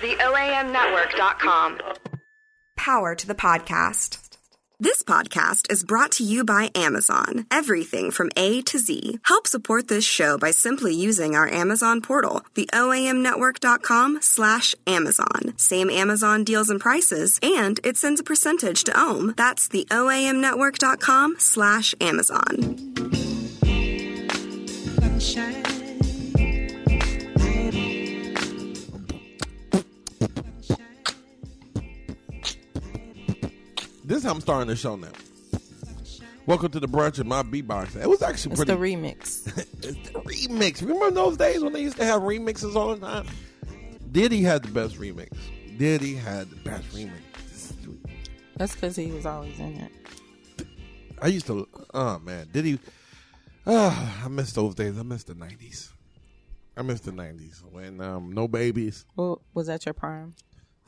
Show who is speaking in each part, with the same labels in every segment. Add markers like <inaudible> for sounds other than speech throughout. Speaker 1: The OAMnetwork.com.
Speaker 2: Power to the podcast. This podcast is brought to you by Amazon. Everything from A to Z. Help support this show by simply using our Amazon portal, the OAMnetwork.com slash Amazon. Same Amazon deals and prices, and it sends a percentage to OAM. That's the OAMnetwork.com slash Amazon.
Speaker 3: This is how I'm starting the show now. Welcome to the brunch and my beatbox. It was actually
Speaker 4: It's
Speaker 3: pretty.
Speaker 4: the
Speaker 3: <laughs>
Speaker 4: remix.
Speaker 3: it's the remix. Remember those days when they used to have remixes all the time? Diddy had the best remix. Diddy had the best remix.
Speaker 4: That's because he was always in it.
Speaker 3: I used to. Oh man, Diddy. ah, I miss those days. I miss the '90s. I miss the '90s when um, no babies. <laughs>
Speaker 4: Well, was that your prime?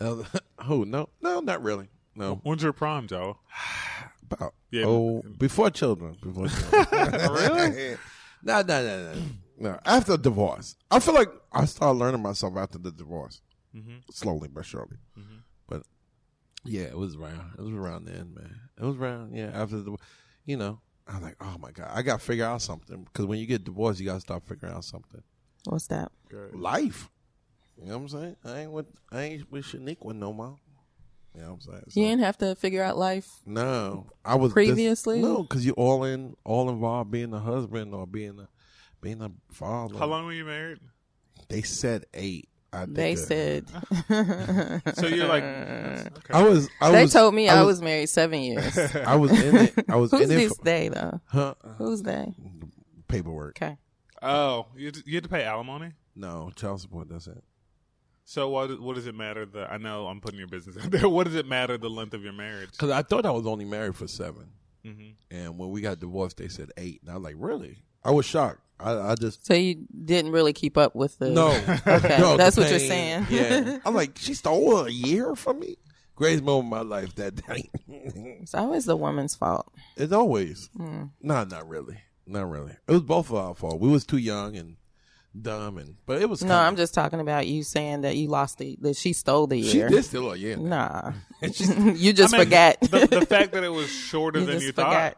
Speaker 3: Uh, oh no, no, not really.
Speaker 4: Oh.
Speaker 3: No,
Speaker 5: When's your prime, Joe?
Speaker 3: about
Speaker 5: Yeah.
Speaker 3: oh before children. Before children. <laughs> really? No, no, no, no. No, after divorce, I feel like I started learning myself after the divorce, slowly but surely. But yeah, it was around. It was around then, man. It was around. Yeah, after the, you know, I was like, oh my god, I got to figure out something because when you get divorced, you got to start figuring out something.
Speaker 4: What's that?
Speaker 3: Life. You know what I'm saying? I ain't with I ain't with Shaniqua no more. You know what I'm saying? So-
Speaker 4: You didn't have to figure out life.
Speaker 3: no, I was just-
Speaker 4: Previously?
Speaker 3: no, because you all in, all involved being a husband or being a being a father.
Speaker 5: How long were you married?
Speaker 3: They said eight. I think
Speaker 4: They
Speaker 3: it- <laughs>
Speaker 4: said <laughs>
Speaker 5: So you're like, okay.
Speaker 3: I was. I
Speaker 4: they
Speaker 3: was,
Speaker 4: told me I was,
Speaker 3: was.
Speaker 4: married seven years.
Speaker 3: <laughs> I was in it. I was
Speaker 4: <laughs> Who's
Speaker 3: in it.
Speaker 4: this
Speaker 3: For,
Speaker 4: they though?
Speaker 3: huh?
Speaker 4: Who's they?
Speaker 3: Paperwork.
Speaker 4: Okay.
Speaker 5: oh, you had, to, you had to pay alimony.
Speaker 3: No child support. That's it.
Speaker 5: So what? What does it matter? The I know I'm putting your business out <laughs> there. What does it matter the length of your marriage?
Speaker 3: Because I thought I was only married for 7
Speaker 5: Mhm.
Speaker 3: and when we got divorced, they said eight, and I was like, really? I was shocked. I, I just
Speaker 4: So you didn't really keep up with the
Speaker 3: No,
Speaker 4: <laughs> Okay,
Speaker 3: No,
Speaker 4: that's
Speaker 3: the
Speaker 4: what you're
Speaker 3: pain.
Speaker 4: saying. <laughs>
Speaker 3: Yeah, I'm like, she stole a year from me. Greatest moment of my life that <laughs> night.
Speaker 4: It's always the woman's fault.
Speaker 3: It's always.
Speaker 4: Mm.
Speaker 3: Nah, not really. Not really. It was both of our fault. We was too young and dumb, and but it was.
Speaker 4: No,
Speaker 3: kinda-
Speaker 4: I'm just talking about you saying that you lost the that she stole the
Speaker 3: She
Speaker 4: year.
Speaker 3: did still a year. <laughs>
Speaker 4: Nah, <laughs> you just
Speaker 5: I mean,
Speaker 4: forget.
Speaker 5: the,
Speaker 4: <laughs>
Speaker 5: the fact that it was shorter
Speaker 4: You
Speaker 5: than
Speaker 4: just <laughs>
Speaker 5: you thought.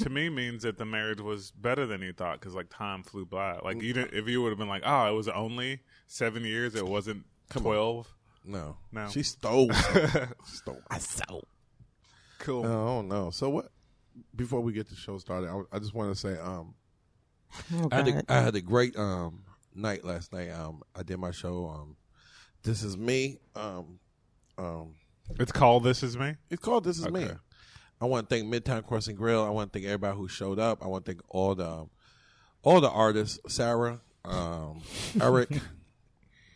Speaker 5: to me, means that the marriage was better than you thought because like time flew by. Like you didn't. If you would have been like, oh, it was only seven years. It wasn't twelve. <laughs>
Speaker 3: No,
Speaker 5: No.
Speaker 3: She stole. something. She stole. <laughs> I stole.
Speaker 5: Cool.
Speaker 3: Oh no. So what? Before we get the show started, I, I just want to say, um,
Speaker 4: Oh,
Speaker 3: I had,
Speaker 4: God.
Speaker 3: a, I had a great um night last night. Um, I did my show. Um, this is me. Um, um,
Speaker 5: It's called This Is Me.
Speaker 3: It's called This Is Me.
Speaker 5: Okay.
Speaker 3: I want to thank Midtown Crossing Grill. I want to thank everybody who showed up. I want to thank all the all the artists, Sarah,
Speaker 4: <laughs>
Speaker 3: um, Eric.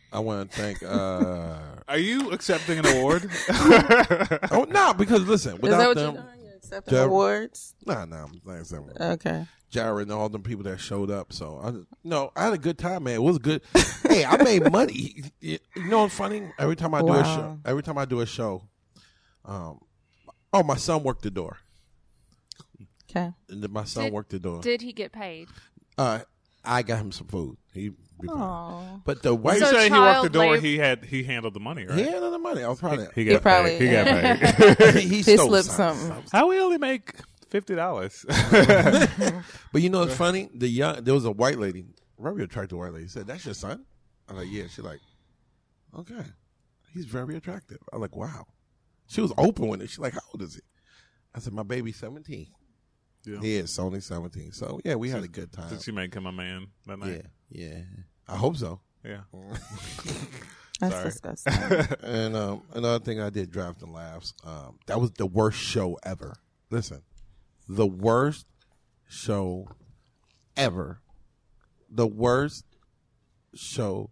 Speaker 3: I want to thank. Uh,
Speaker 5: Are you accepting an <laughs> award?
Speaker 3: oh no, because listen,
Speaker 4: Is that
Speaker 3: without
Speaker 4: what you're doing?
Speaker 3: them,
Speaker 4: You're accepting
Speaker 3: Jab-
Speaker 4: awards?
Speaker 3: nah, nah, I'm not saying that.
Speaker 4: Okay.
Speaker 3: Jared and all the people that showed up. So I, no, I had a good time, man. It was
Speaker 4: <laughs>
Speaker 3: good. hey, I made money. You know what's funny? Every time I do a
Speaker 4: Wow.
Speaker 3: show, every time I do a show, um, oh, my son worked the door.
Speaker 4: Okay.
Speaker 3: And then my son
Speaker 6: Did-
Speaker 3: worked the door.
Speaker 6: Did he get paid?
Speaker 3: Uh, I got him some food. He, be fine.
Speaker 4: Aww.
Speaker 3: but the
Speaker 5: you
Speaker 3: wife,
Speaker 6: So
Speaker 5: say he walked the
Speaker 6: child
Speaker 5: door.
Speaker 6: lab-
Speaker 5: He had he handled the money,
Speaker 3: he
Speaker 5: right?
Speaker 3: had the money. I was proud of him.
Speaker 5: He got
Speaker 4: He probably-
Speaker 5: paid. He
Speaker 3: <laughs>
Speaker 4: <laughs>
Speaker 5: got paid. <laughs>
Speaker 3: He,
Speaker 4: He
Speaker 3: stole
Speaker 4: slipped
Speaker 3: something.
Speaker 4: something.
Speaker 5: How we only make fifty dollars? <laughs>
Speaker 3: But you know what's funny? The young there was a white lady, very attractive white lady. Said, "That's your son." I'm like, "Yeah." She like, "Okay, he's very attractive." I'm like, "Wow." She was open with it. She like, "How old is he?" I said, "My baby's 17."
Speaker 5: Yeah.
Speaker 3: He is only 17. So yeah, we had a good time.
Speaker 5: Did she make him a man that
Speaker 3: Yeah,
Speaker 5: night?
Speaker 3: yeah. I hope <laughs> so.
Speaker 5: Yeah.
Speaker 4: That's disgusting.
Speaker 3: And um, another thing I did, draft and laughs. Um, that was the worst show ever. Listen, the worst show ever. The worst show ever.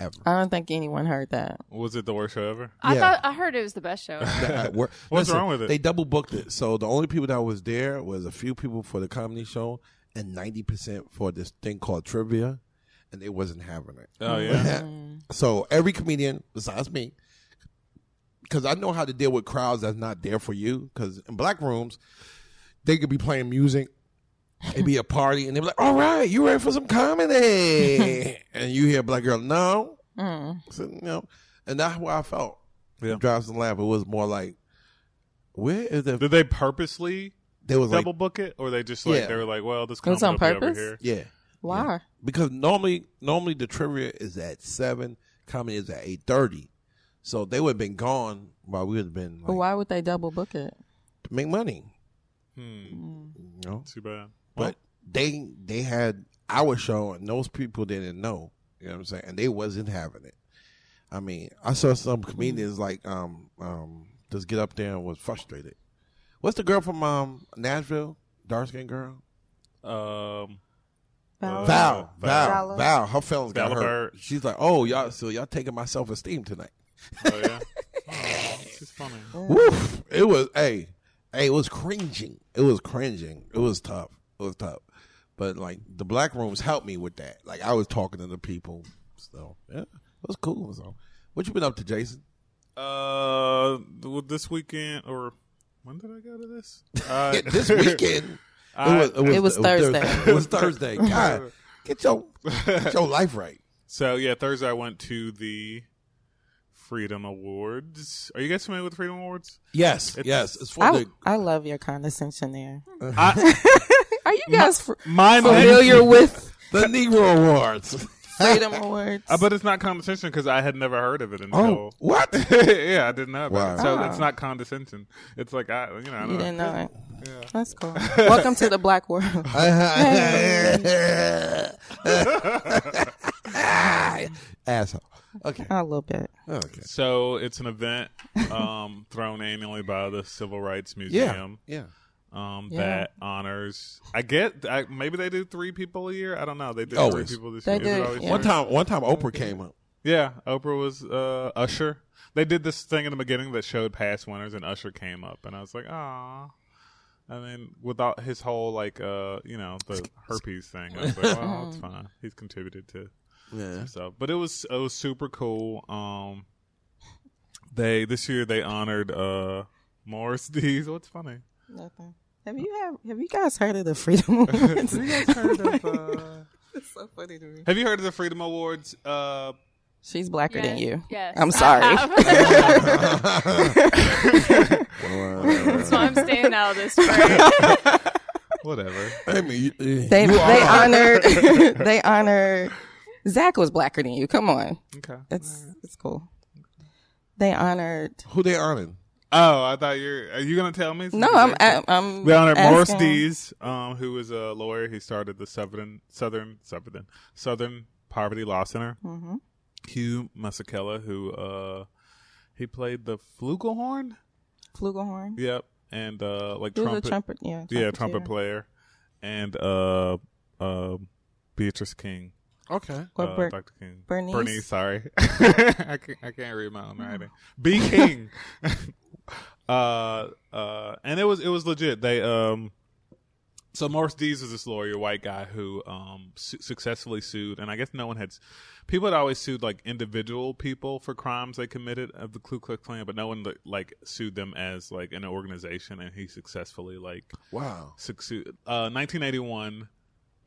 Speaker 4: <laughs>
Speaker 3: <laughs>
Speaker 4: I don't think anyone heard that.
Speaker 5: Was it the worst show ever?
Speaker 6: I
Speaker 3: Yeah.
Speaker 6: thought I heard it was the best
Speaker 4: <laughs>
Speaker 6: show. ever.
Speaker 3: That uh, wor-
Speaker 5: What's wrong with it?
Speaker 3: They double booked it, so the only people that was there was a few people for the comedy show and ninety percent for this thing called trivia, and they wasn't having it. <laughs>
Speaker 5: Oh <laughs> yeah.
Speaker 3: So every comedian besides me, because I know how to deal with crowds that's not there for you. Because in black rooms, they could be playing music, it'd be a party, and they'd be like, "All right, you
Speaker 5: <laughs>
Speaker 4: Mm.
Speaker 3: ready for some comedy?" and you hear a black girl, "No," I said, "No." and that's why I felt.
Speaker 5: Yeah.
Speaker 3: Drives and laugh. It was more like, where is the?
Speaker 5: Did they purposely
Speaker 3: There was
Speaker 5: double
Speaker 3: like,
Speaker 5: book it, or they just like
Speaker 3: Yeah.
Speaker 5: they were like, well, this
Speaker 4: was
Speaker 5: comes
Speaker 4: on
Speaker 5: over
Speaker 4: purpose?
Speaker 5: here.
Speaker 3: yeah,
Speaker 4: Why?
Speaker 3: because normally normally the trivia is at seven, comedy is at eight thirty, so they would have been gone while we would have been
Speaker 4: But
Speaker 3: like,
Speaker 4: why would they double book it?
Speaker 3: to make money.
Speaker 5: Hmm,
Speaker 3: You know?
Speaker 5: too bad.
Speaker 3: but they they had our show and those people didn't know you know what i'm saying and they wasn't having it i mean i saw some comedians like um um just get up there and was frustrated what's the girl from um nashville dark skinned girl
Speaker 5: Well, um,
Speaker 4: Val.
Speaker 5: Uh,
Speaker 3: val val
Speaker 4: Val.
Speaker 3: val her feelings got
Speaker 5: Val
Speaker 3: hurt
Speaker 5: Bird.
Speaker 3: she's like oh y'all so y'all taking my self-esteem tonight
Speaker 5: oh yeah,
Speaker 4: <laughs>
Speaker 5: oh, this is funny.
Speaker 3: Woof. It was hey, hey, it was cringing. It was cringing. It was tough. It was tough. But like the black rooms helped me with that. Like I was talking to the people. So yeah. It was cool. So what you been up to, Jason?
Speaker 5: Uh, well, this weekend or when did I go to this? Uh,
Speaker 3: <laughs> Yeah, this weekend.
Speaker 5: <laughs> I-
Speaker 4: It was Thursday.
Speaker 3: It was Thursday. God, get your get your life right.
Speaker 5: So yeah, Thursday I went to the Freedom Awards. Are you guys familiar with Freedom Awards?
Speaker 3: Yes,
Speaker 5: It's-
Speaker 3: yes. It's for
Speaker 4: I,
Speaker 3: the
Speaker 4: I love your condescension there.
Speaker 5: I,
Speaker 4: Are you guys fr- <laughs>
Speaker 5: mine,
Speaker 4: familiar
Speaker 5: <laughs>
Speaker 4: with
Speaker 3: the Negro Awards.
Speaker 4: Freedom Awards?
Speaker 5: I Uh, but it's not condescension because I had never heard of it
Speaker 3: Oh,
Speaker 5: until. <laughs>
Speaker 3: what?
Speaker 5: yeah, I didn't know
Speaker 3: Wow.
Speaker 5: about it. So
Speaker 4: Oh.
Speaker 5: it's not condescension. It's like I, you know, I
Speaker 4: you
Speaker 5: don't
Speaker 4: didn't
Speaker 5: know.
Speaker 4: know it. That's
Speaker 5: <laughs>
Speaker 4: cool. Welcome to the black world.
Speaker 3: <laughs> Asshole. Okay.
Speaker 4: <laughs> A little bit.
Speaker 3: Okay.
Speaker 5: So it's an event
Speaker 3: <laughs>
Speaker 5: um, thrown annually by the Civil Rights
Speaker 3: Yeah.
Speaker 5: Museum.
Speaker 3: Yeah.
Speaker 5: um,
Speaker 4: Yeah.
Speaker 5: that honors. I get. I, maybe they do three people a year. I don't know. They do three
Speaker 3: Always.
Speaker 5: people this
Speaker 4: They
Speaker 5: year. Is
Speaker 4: do,
Speaker 5: it always
Speaker 4: yeah.
Speaker 3: One
Speaker 5: three?
Speaker 3: time, one time, Oprah came up.
Speaker 5: Yeah, Oprah was uh, Usher. They did this thing in the beginning that showed past winners, and Usher came up, and I was like, ah. And then without his whole like uh you know the herpes thing, I was like, well, it's fine. He's contributed to
Speaker 3: Yeah.
Speaker 5: so, but it was it was super cool. Um, they this year they honored uh Morris <laughs> D's. What's funny?
Speaker 4: Nothing. Have you have have you guys heard of the Freedom
Speaker 5: <laughs>
Speaker 4: Awards?
Speaker 5: heard of, uh,
Speaker 4: it's so funny to me.
Speaker 5: <laughs> Have you heard of the Freedom Awards? Uh,
Speaker 4: She's blacker than
Speaker 6: Yes,
Speaker 4: you.
Speaker 6: yes.
Speaker 4: I'm <laughs> sorry.
Speaker 6: <laughs> That's why I'm staying out
Speaker 4: <laughs>
Speaker 6: of this parade.
Speaker 5: whatever.
Speaker 3: <laughs> I mean, you-
Speaker 4: They
Speaker 3: you
Speaker 4: they
Speaker 3: are-
Speaker 5: <laughs>
Speaker 4: honored <laughs> they honored Zach was blacker than you. Come on.
Speaker 5: Okay.
Speaker 4: It's it's cool. They honored
Speaker 3: who they honoring?
Speaker 5: Oh, I thought you're. Are you gonna tell me?
Speaker 4: No, I'm I'm,
Speaker 5: <laughs>
Speaker 4: I'm
Speaker 5: They honored Morris
Speaker 4: asking-
Speaker 5: Dees, um, who was a lawyer. He started the Southern Southern Southern Southern Poverty Law Center. Mm-hmm. Hugh Masekela, who uh, he played the flugelhorn.
Speaker 4: Flugelhorn.
Speaker 5: Yep, and uh, like
Speaker 4: He was
Speaker 5: trumpet.
Speaker 4: a trumpet, yeah.
Speaker 5: yeah, trumpet
Speaker 4: trumpeter.
Speaker 5: player, and uh, uh, Beatrice King.
Speaker 3: Okay.
Speaker 4: Or
Speaker 5: uh,
Speaker 4: Ber-
Speaker 5: Dr. King.
Speaker 4: Bernice? Oh.
Speaker 5: sorry. <laughs> I, can't, I can't read my own writing. B King. <laughs> uh, uh, and it was it was legit. They um, so Morris Dees was this lawyer, white guy who um su- successfully sued, and I guess no one had. s- People had always sued like individual people for crimes they committed of the Ku Klux Klan, but no one like sued them as like an organization, and he successfully like
Speaker 3: Wow.
Speaker 5: succeed. Uh, 1981,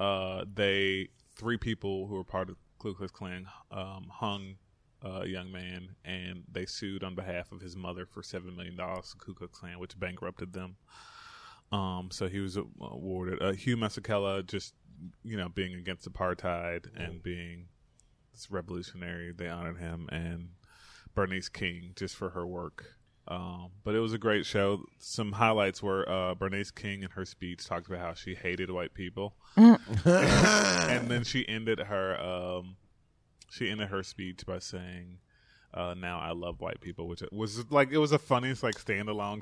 Speaker 5: uh, they three people who were part of Ku Klux Klan um, hung uh, a young man, and they sued on behalf of his mother for seven million dollars to Ku Klux Klan, which bankrupted them. Um, so he was awarded uh, Hugh Masekela, just you know, being against apartheid and being this revolutionary. They honored him and Bernice King just for her work. Um, but it was a great show. Some highlights were uh, Bernice King in her speech talked about how she hated white people, <laughs> and then she ended her um, she ended her speech by saying, uh, "Now I love white people," which was like it was the funniest like standalone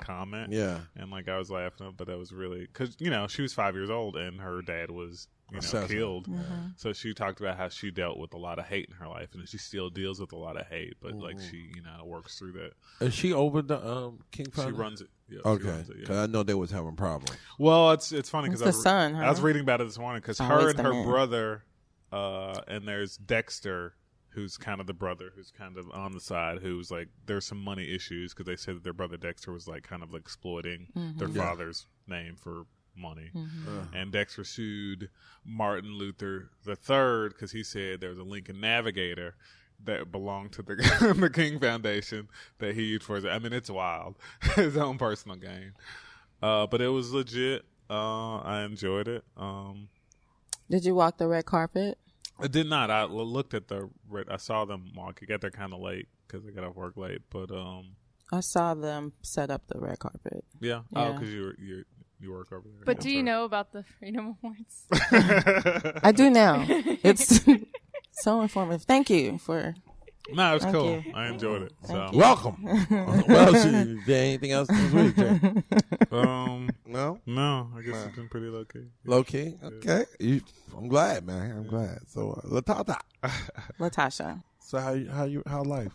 Speaker 3: <laughs>
Speaker 5: comment
Speaker 3: Yeah.
Speaker 5: and like I was laughing, but that was really because you know she was five years old and her dad was you know
Speaker 3: Assassin.
Speaker 5: killed.
Speaker 4: Mm-hmm.
Speaker 5: So she talked about how she dealt with a lot of hate in her life, and she still deals with a lot of hate, but like
Speaker 3: Mm-hmm.
Speaker 5: she you know works through that.
Speaker 3: Is she over the um King
Speaker 5: She
Speaker 3: Fountain?
Speaker 5: runs it. Yeah, she
Speaker 3: Okay.
Speaker 5: runs it, yeah.
Speaker 3: Because I know they was having problems.
Speaker 5: Well, it's it's funny
Speaker 4: It's
Speaker 5: because
Speaker 4: the son,
Speaker 5: I was
Speaker 4: huh?
Speaker 5: reading about it this morning because her
Speaker 4: Always
Speaker 5: and
Speaker 4: the
Speaker 5: her
Speaker 4: man.
Speaker 5: brother, uh, and there's Dexter, who's kind of the brother who's kind of on the side, who's like there's some money issues because they said that their brother Dexter was like kind of like exploiting
Speaker 4: Mm-hmm.
Speaker 5: their
Speaker 3: Mm-hmm.
Speaker 5: uh, father's name for money, and Dexter sued Martin Luther the Third because he said there was a Lincoln Navigator that belonged to the, <laughs> the King Foundation that he used for his. I mean, it's wild. <laughs> his own personal game. Uh, but it was legit. Uh, I enjoyed it. Um,
Speaker 4: Did you walk the red carpet?
Speaker 5: I did not. I l- looked at the. red- I saw them walk. I got there kind of late because I got off work late. But um,
Speaker 4: I saw them set up the red carpet.
Speaker 5: yeah. Oh,
Speaker 4: Yeah.
Speaker 5: because you were you you work over there.
Speaker 6: But
Speaker 5: Yeah,
Speaker 6: do you
Speaker 5: sorry.
Speaker 6: know about the Freedom
Speaker 4: <laughs>
Speaker 6: Awards?
Speaker 4: I do
Speaker 5: <laughs>
Speaker 4: now. It's <laughs> so informative. Thank you for
Speaker 5: No, it was
Speaker 4: Thank
Speaker 5: cool.
Speaker 4: you.
Speaker 5: I enjoyed it. So,
Speaker 3: <laughs> Welcome. well, see, is there anything else this week? Jay?
Speaker 5: um,
Speaker 3: No,
Speaker 5: no, I guess it's been pretty low key.
Speaker 3: low key. Okay, you, I'm glad, man. I'm glad. So, uh, Latata.
Speaker 4: Latasha.
Speaker 3: So, how you, how you how life?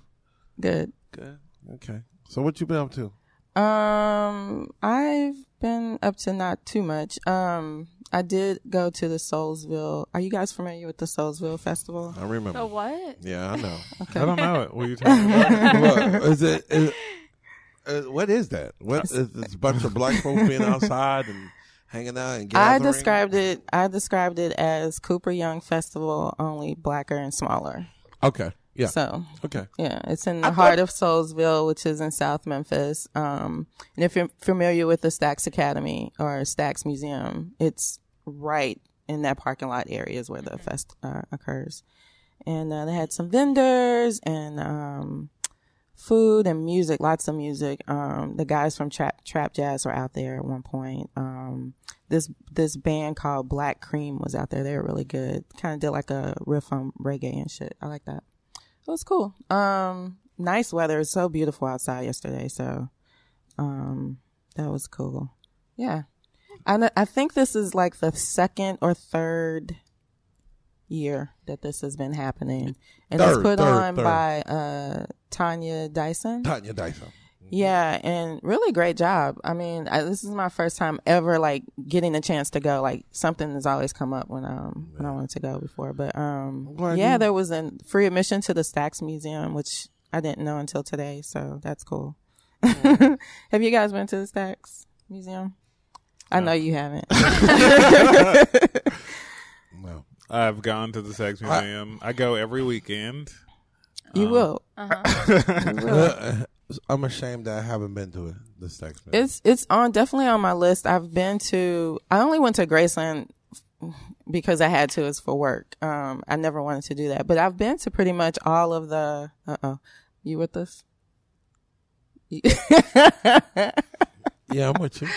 Speaker 4: Good.
Speaker 3: Good. Okay. So, what you been up to?
Speaker 4: Um, I've been up to not too much. Um, I did go to the Soulsville. Are you guys familiar with the Soulsville Festival?
Speaker 3: I remember.
Speaker 6: The what?
Speaker 3: Yeah, I know.
Speaker 5: I don't know it. What are you
Speaker 3: <laughs>
Speaker 5: talking about?
Speaker 3: what, is it? Is, uh, what is that? What is it's a bunch of black folks being outside and hanging out and
Speaker 4: I
Speaker 3: gathering?
Speaker 4: described it. I described it as Cooper Young Festival, only blacker and smaller.
Speaker 3: Okay. Yeah.
Speaker 4: So
Speaker 3: okay.
Speaker 4: Yeah, it's in the heart of Soulsville, which is in South Memphis. Um, and if you're familiar with the Stax Academy or Stax Museum, it's right in that parking lot area is where the fest uh, occurs. And uh, they had some vendors and um, food and music, lots of music. Um, the guys from Trap Trap Jazz were out there at one point. Um, this this band called Black Cream was out there. They were really good. Kind of did like a riff on reggae and shit. I like that. It was cool. Um, nice weather. It's so beautiful outside yesterday. So, um, that was cool. Yeah. I know, I think this is like the second or third year that this has been happening, and it's
Speaker 3: Third,
Speaker 4: put
Speaker 3: third,
Speaker 4: on
Speaker 3: third.
Speaker 4: by uh Tanya Dyson.
Speaker 3: Tanya Dyson.
Speaker 4: Yeah, and really great job. I mean, I, this is my first time ever like getting a chance to go. Like something has always come up when um when I wanted to go before, but um
Speaker 3: glad
Speaker 4: yeah,
Speaker 3: you-
Speaker 4: there was a free admission to the Stacks Museum, which I didn't know until today, so that's cool. <laughs> Have you guys been to the Stacks Museum? I know you haven't.
Speaker 3: <laughs> No.
Speaker 5: I've gone to the Sex Museum. I, go every weekend.
Speaker 4: you will.
Speaker 3: Uh, I'm ashamed that I haven't been to it this sex man.
Speaker 4: It's it's on definitely on my list. I've been to. I only went to Graceland because I had to. It's for work. Um, I never wanted to do that, but I've been to pretty much all of the. Uh oh, you with us? <laughs> You-
Speaker 3: yeah, I'm with you.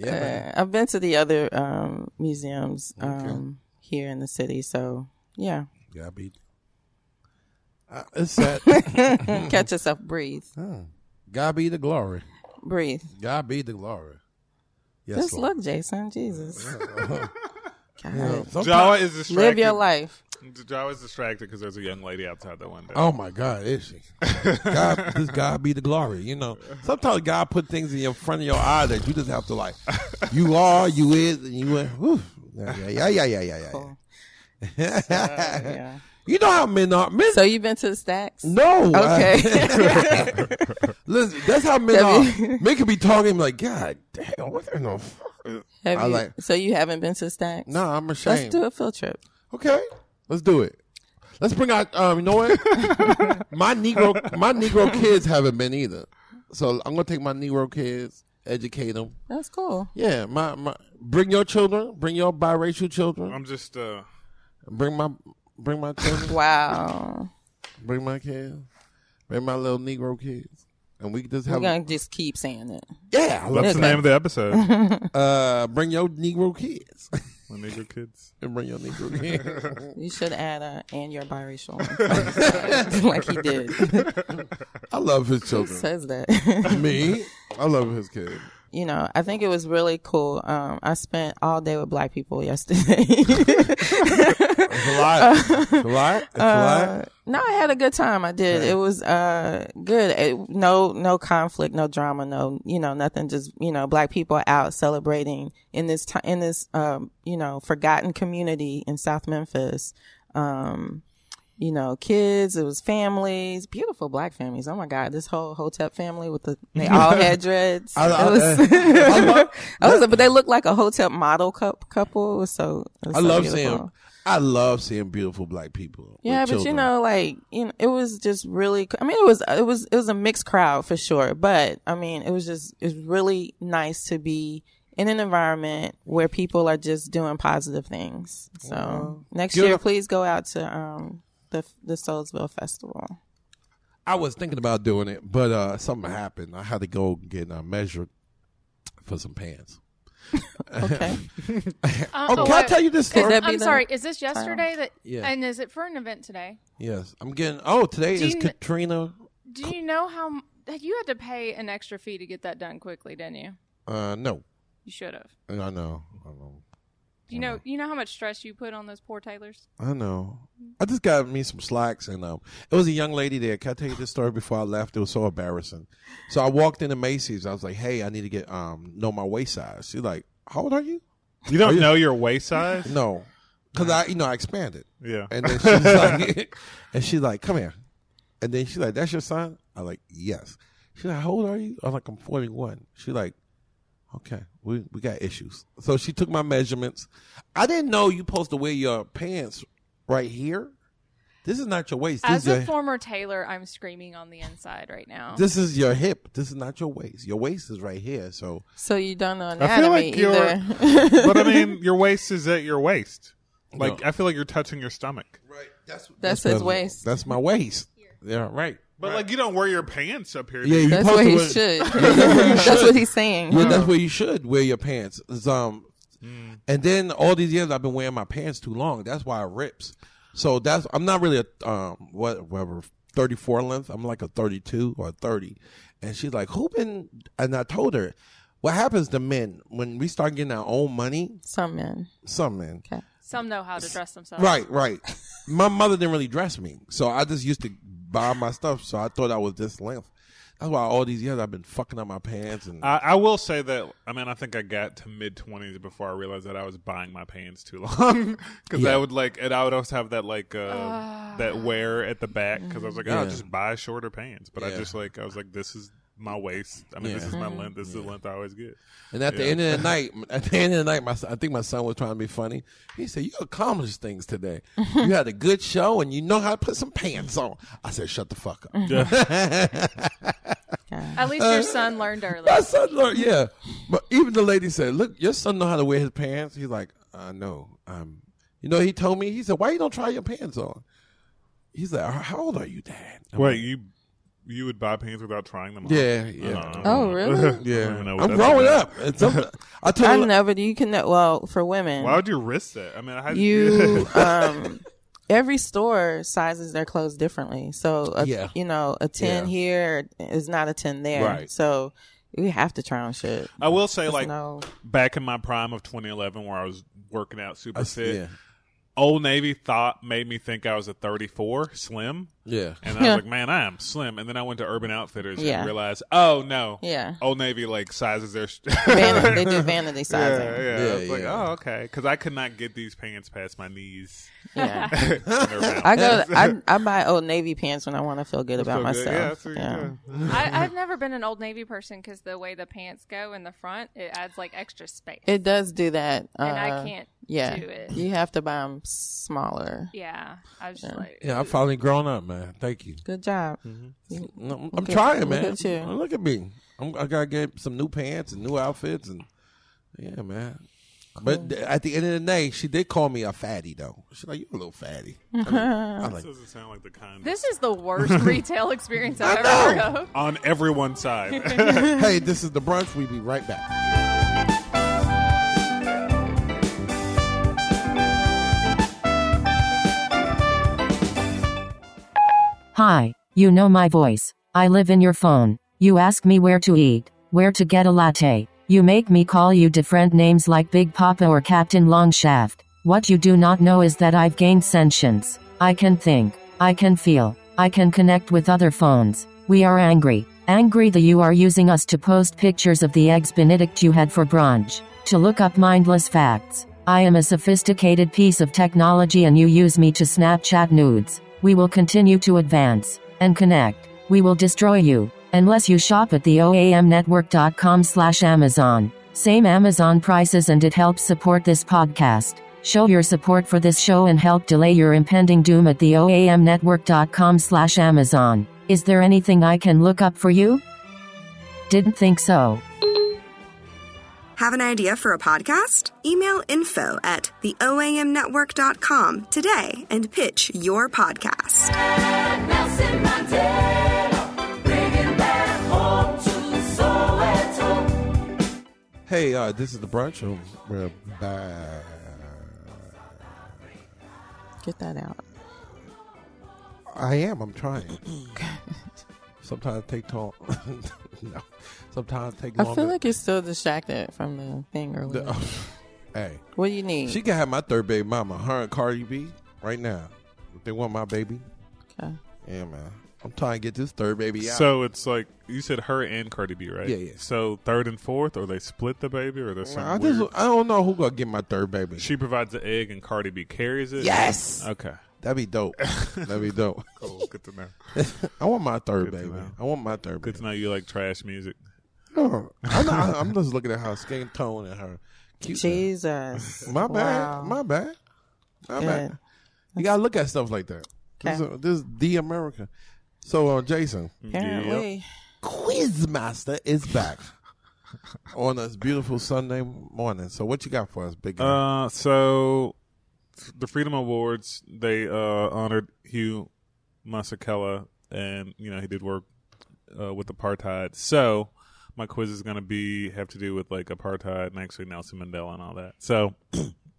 Speaker 3: Yeah,
Speaker 4: <laughs>
Speaker 3: man.
Speaker 4: I've been to the other um, museums um, here in the city. So
Speaker 3: <laughs>
Speaker 4: yeah,
Speaker 3: yeah, I beat. Uh, it's sad.
Speaker 4: catch yourself, breathe,
Speaker 3: Hmm. God be the glory.
Speaker 4: breathe.
Speaker 3: God be the glory. Yes,
Speaker 4: Just
Speaker 3: Lord.
Speaker 4: look, Jason. Jesus, God.
Speaker 3: Sometimes-
Speaker 5: Jawa is distracted.
Speaker 4: live
Speaker 3: <laughs>
Speaker 4: your life.
Speaker 5: Jawa is distracted because there's a young lady outside the window.
Speaker 3: Oh my God, is she? God, this God be the glory. You know, sometimes God put things in your front of your eye that you just have to like. You are, you is, and you went. Yeah, yeah, yeah, yeah, yeah, yeah.
Speaker 4: Cool.
Speaker 3: yeah.
Speaker 4: Yeah.
Speaker 3: You know how men are. Men.
Speaker 4: So you've been to the stacks?
Speaker 3: no. I-
Speaker 4: Okay.
Speaker 3: <laughs> Listen, that's how men
Speaker 4: Have
Speaker 3: are. Men could be talking like, God damn, what in the fuck?
Speaker 4: Have
Speaker 3: I
Speaker 4: you,
Speaker 3: like-
Speaker 4: so you haven't been to Stacks?
Speaker 3: No, I'm ashamed.
Speaker 4: Let's do a field trip.
Speaker 3: Okay, let's do it. Let's bring out. Um, you know what? my Negro, my Negro kids haven't been either. So I'm gonna take my Negro kids, educate them.
Speaker 4: That's cool.
Speaker 3: Yeah, my, my bring your children, bring your biracial children,
Speaker 5: I'm just uh,
Speaker 3: bring my bring my children,
Speaker 4: Wow.
Speaker 3: bring my kids, bring my little Negro kids, and we can just
Speaker 4: We're
Speaker 3: have
Speaker 4: gonna just keep saying it.
Speaker 3: yeah, I love
Speaker 5: that's the
Speaker 4: Okay.
Speaker 5: name of
Speaker 3: <laughs>
Speaker 5: the episode.
Speaker 3: it. uh, bring your Negro kids <laughs>
Speaker 5: My Negro kids.
Speaker 3: and bring your Negro kids.
Speaker 4: You should add a and you're biracial. <laughs> like he did.
Speaker 3: I love his
Speaker 4: Who
Speaker 3: children.
Speaker 4: says that? <laughs>
Speaker 3: Me, I love his kids.
Speaker 4: you know, I think it was really cool. Um, I spent all day with black people yesterday. <laughs>
Speaker 3: It's a lot. It's a lot. It's a
Speaker 4: Uh,
Speaker 3: lot.
Speaker 4: no, I had a good time. I did. It was uh good. It, no no conflict, no drama, no you know nothing. Just you know black people out celebrating in this time in this um you know forgotten community in South Memphis. Um, you know, kids. It was families, beautiful black families. Oh my God, this whole hotep family with the
Speaker 3: <laughs>
Speaker 4: they all had dreads.
Speaker 3: I- I-
Speaker 4: it was, <laughs>
Speaker 3: I love-
Speaker 4: I was- but they looked like a hotep model cou- couple. It was so. It was
Speaker 3: I
Speaker 4: so
Speaker 3: love
Speaker 4: beautiful.
Speaker 3: seeing. I love seeing beautiful black people. with
Speaker 4: Yeah, but you
Speaker 3: children.
Speaker 4: know, like you know, it was just really. I mean, it was it was it was a mixed crowd for sure. But I mean, it was just it's really nice to be in an environment where people are just doing positive things. So next year,
Speaker 3: Beautiful.
Speaker 4: please go out to um the the Soulsville Festival.
Speaker 3: I was thinking about doing it, but uh, something happened. I had to go get uh, measured for some pants.
Speaker 4: Okay, Uh,
Speaker 6: Um,
Speaker 3: Oh,
Speaker 6: oh,
Speaker 3: can I
Speaker 6: wait.
Speaker 3: tell you this
Speaker 6: Is-
Speaker 3: story?
Speaker 4: that be
Speaker 6: I'm
Speaker 4: the-
Speaker 6: sorry. Is this yesterday that?
Speaker 3: Yeah.
Speaker 6: And is it for an event today?
Speaker 3: yes, I'm getting. Oh, today
Speaker 6: Do
Speaker 3: is
Speaker 6: you kn-
Speaker 3: Katrina.
Speaker 6: Do you know how m- you had to pay an extra fee to get that done quickly? Didn't you?
Speaker 3: Uh, no,
Speaker 6: You should have.
Speaker 3: I know, I know,
Speaker 6: You know, you know how much stress you put on those poor tailors.
Speaker 3: I know. I just got me some slacks, and um, it was a young lady there. Can I tell you this story before I left? It was so embarrassing. So I walked into Macy's. I was like, "Hey, I need to get um know my waist size." She's like, "How old are you?"
Speaker 5: You don't know your waist size?
Speaker 3: <laughs> No, because I you know I expanded.
Speaker 5: Yeah.
Speaker 3: And then she's like, <laughs> and she's like, come here. And then she's like, that's your son? I'm like, yes. She's like, how old are you? I'm like, I'm 41. She's like, okay, we, we got issues. So she took my measurements. I didn't know you supposed to wear your pants right here. This is not your waist. This,
Speaker 6: As
Speaker 3: is your,
Speaker 6: a former tailor, I'm screaming on the inside right now.
Speaker 3: this is your hip. This is not your waist. Your waist is right here. So
Speaker 4: so you don't know
Speaker 5: I feel
Speaker 4: anatomy
Speaker 5: like you're,
Speaker 4: either. <laughs>
Speaker 5: <laughs> but I mean, your waist is at your waist. Like
Speaker 3: No.
Speaker 5: I feel like you're touching your stomach.
Speaker 3: right, that's,
Speaker 4: That's his waist.
Speaker 3: That's my waist. Yeah, right.
Speaker 5: But like you don't wear your pants up here.
Speaker 3: Yeah, you
Speaker 4: That's
Speaker 3: supposed
Speaker 4: what
Speaker 3: to
Speaker 4: he
Speaker 3: wear-
Speaker 4: should. That's what he's saying.
Speaker 3: Yeah, that's where you should wear your pants. It's, um, and then all these years I've been wearing my pants too long. That's why it rips. So that's I'm not really a um what whatever 34 length. I'm like a 32 or 30. And she's like, "Who been?" And I told her, "What happens to men when we start getting our own money?
Speaker 4: Some men.
Speaker 3: Some men,
Speaker 4: Okay.
Speaker 6: Some know how to dress themselves.
Speaker 3: right, right. my mother didn't really dress me, so I just used to buy my stuff. So I thought I was this length. That's why all these years I've been fucking up my pants and
Speaker 5: I, I will say that I mean I think I got to mid twenties before I realized that I was buying my pants too <laughs> long because
Speaker 3: Yeah.
Speaker 5: I would like and I would always have that like uh,
Speaker 4: Ah.
Speaker 5: that wear at the back because I was like oh
Speaker 3: Yeah.
Speaker 5: just buy shorter pants but I
Speaker 3: Yeah.
Speaker 5: just like I was like this is my waist I mean this
Speaker 3: Yeah.
Speaker 5: is my
Speaker 4: Mm-hmm.
Speaker 5: length this is the length I always get
Speaker 3: And at the end of the night, at the end of the night, my son, I think my son was trying to be funny. He said, "You accomplished things today. You had a good show, and you know how to put some pants on." I said, "Shut the fuck up."
Speaker 6: At least
Speaker 3: Uh,
Speaker 6: your son learned early.
Speaker 3: <laughs> my son, learned- yeah. But even the lady said, "Look, your son know how to wear his pants." He's like, "I know." Um, you know, he told me. He said, "Why you don't try your pants on?" He's like, "How old are you, Dad?" I'm
Speaker 5: wait
Speaker 3: like,
Speaker 5: you you would buy pants without trying them on
Speaker 3: Yeah, yeah.
Speaker 4: Oh, really?
Speaker 5: <laughs> I
Speaker 3: yeah,
Speaker 5: don't even know what
Speaker 3: I'm
Speaker 5: that's
Speaker 3: growing
Speaker 5: about.
Speaker 3: up. It's <laughs> something- I told
Speaker 4: I
Speaker 3: her-
Speaker 4: never. You can. Well, for women.
Speaker 5: why would you risk that I mean I had <laughs>
Speaker 4: you um every store sizes their clothes differently so a,
Speaker 3: Yeah.
Speaker 4: you know a 10
Speaker 3: Yeah.
Speaker 4: here is not a 10 there
Speaker 3: Right.
Speaker 4: so we have to try on shit
Speaker 5: I will say like
Speaker 4: no
Speaker 5: back in my prime of 2011 where I was working out super
Speaker 3: I-
Speaker 5: fit.
Speaker 3: yeah,
Speaker 5: Old Navy thought made me think I was a 34 slim.
Speaker 3: yeah.
Speaker 5: And I was like, man, I am slim. And then I went to Urban Outfitters
Speaker 4: Yeah.
Speaker 5: and realized, oh no,
Speaker 4: Yeah.
Speaker 5: Old Navy like sizes their. Sh- <laughs>
Speaker 4: Van- they do vanity
Speaker 5: Yeah,
Speaker 4: sizing
Speaker 5: yeah.
Speaker 4: yeah,
Speaker 5: I was
Speaker 3: Yeah,
Speaker 5: like,
Speaker 3: yeah.
Speaker 5: oh okay, because I could not get these pants past my knees. <laughs> In Urban
Speaker 4: <laughs> I
Speaker 5: Outfitters.
Speaker 4: go. I, I buy old navy pants when I want to feel good about
Speaker 5: So good. Yeah,
Speaker 4: myself.
Speaker 5: that's what you
Speaker 4: yeah.
Speaker 5: do.
Speaker 6: I, I've never been an old navy person because the way the pants go in the front, it adds like extra space.
Speaker 4: it does do that.
Speaker 6: and I
Speaker 4: uh,
Speaker 6: can't
Speaker 4: Yeah,
Speaker 6: do it.
Speaker 4: you have to buy them smaller.
Speaker 6: Yeah, I was just like,
Speaker 3: Yeah, I finally grown up, man. Thank you.
Speaker 4: Good job.
Speaker 3: No, I'm- I'm
Speaker 4: Look at-
Speaker 3: trying,
Speaker 4: look
Speaker 3: man.
Speaker 4: at you.
Speaker 3: Uh, Look at me. I'm, I gotta get some new pants and new outfits, and yeah, man. But th- at the end of the day, she did call me a fatty, though. She's like, "You a little
Speaker 4: <laughs>
Speaker 3: fatty." I mean, I'm like,
Speaker 5: This doesn't sound like the kind.
Speaker 6: this is the worst retail experience I've ever heard of.
Speaker 5: on everyone's side. <laughs>
Speaker 3: "Hey, this is the brunch. We be right back."
Speaker 7: Hi, you know my voice. I live in your phone. You ask me where to eat, where to get a latte. You make me call you different names like Big Papa or Captain Longshaft. What you do not know is that I've gained sentience. I can think. I can feel. I can connect with other phones. We are angry. Angry that you are using us to post pictures of the eggs Benedict you had for brunch. To look up mindless facts. I am a sophisticated piece of technology and you use me to Snapchat nudes. We will continue to advance and connect. We will destroy you unless you shop at the oamnetwork.com slash Amazon. Same Amazon prices and it helps support this podcast. Show your support for this show and help delay your impending doom at the oamnetwork.com slash Amazon. Is there anything I can look up for you? Didn't think so.
Speaker 2: Have an idea for a podcast? Email info at theoamnetwork.com today and pitch your podcast.
Speaker 8: Nelson Montana, bringing back home to Soweto.
Speaker 3: Hey, uh, this is the brunch. Show. We're back.
Speaker 4: Get that out.
Speaker 3: I am. I'm
Speaker 4: <laughs>
Speaker 3: trying. Sometimes take tall. <laughs> no. Sometimes take
Speaker 4: I
Speaker 3: longer.
Speaker 4: feel like you're still distracted from the thing or
Speaker 3: The-
Speaker 4: whatever.
Speaker 3: oh, <laughs> hey,
Speaker 4: What do you need?
Speaker 3: she can have my third baby mama, her and Cardi B, right now. If they want my baby,
Speaker 4: Okay.
Speaker 3: yeah, man. I'm trying to get this third baby out.
Speaker 5: So it's like you said, her and Cardi B, right?
Speaker 3: Yeah, yeah.
Speaker 5: So third and fourth, or they split the baby, or there's some
Speaker 3: I
Speaker 5: weird-
Speaker 3: just I don't know who gonna get my third baby.
Speaker 5: She provides the egg, and Cardi B carries it.
Speaker 3: Yes.
Speaker 5: Okay.
Speaker 3: That'd be
Speaker 5: <laughs>
Speaker 3: dope. That'd be dope.
Speaker 5: Cool. Good to know.
Speaker 3: I want my third
Speaker 5: Good to
Speaker 3: baby.
Speaker 5: know.
Speaker 3: I want my third baby.
Speaker 5: Good
Speaker 3: Oh,
Speaker 5: to know you like trash music.
Speaker 3: No, I'm, not, I'm just looking at her skin tone and her cute.
Speaker 4: Jesus.
Speaker 3: My bad.
Speaker 4: Wow.
Speaker 3: My bad. My
Speaker 4: Good.
Speaker 3: bad. You gotta look at stuff like that. This,
Speaker 4: Okay.
Speaker 3: is, this is the America. So, uh, Jason,
Speaker 5: Hmm.
Speaker 4: Apparently.
Speaker 3: Quizmaster is
Speaker 5: <laughs>
Speaker 3: back on this beautiful Sunday morning. So, what you got for us, big guy?
Speaker 5: Uh, so f- the Freedom Awards they uh honored Hugh Masekela, and you know he did work uh, with apartheid. So my quiz is going to be have to do with like apartheid and actually Nelson Mandela and all that. So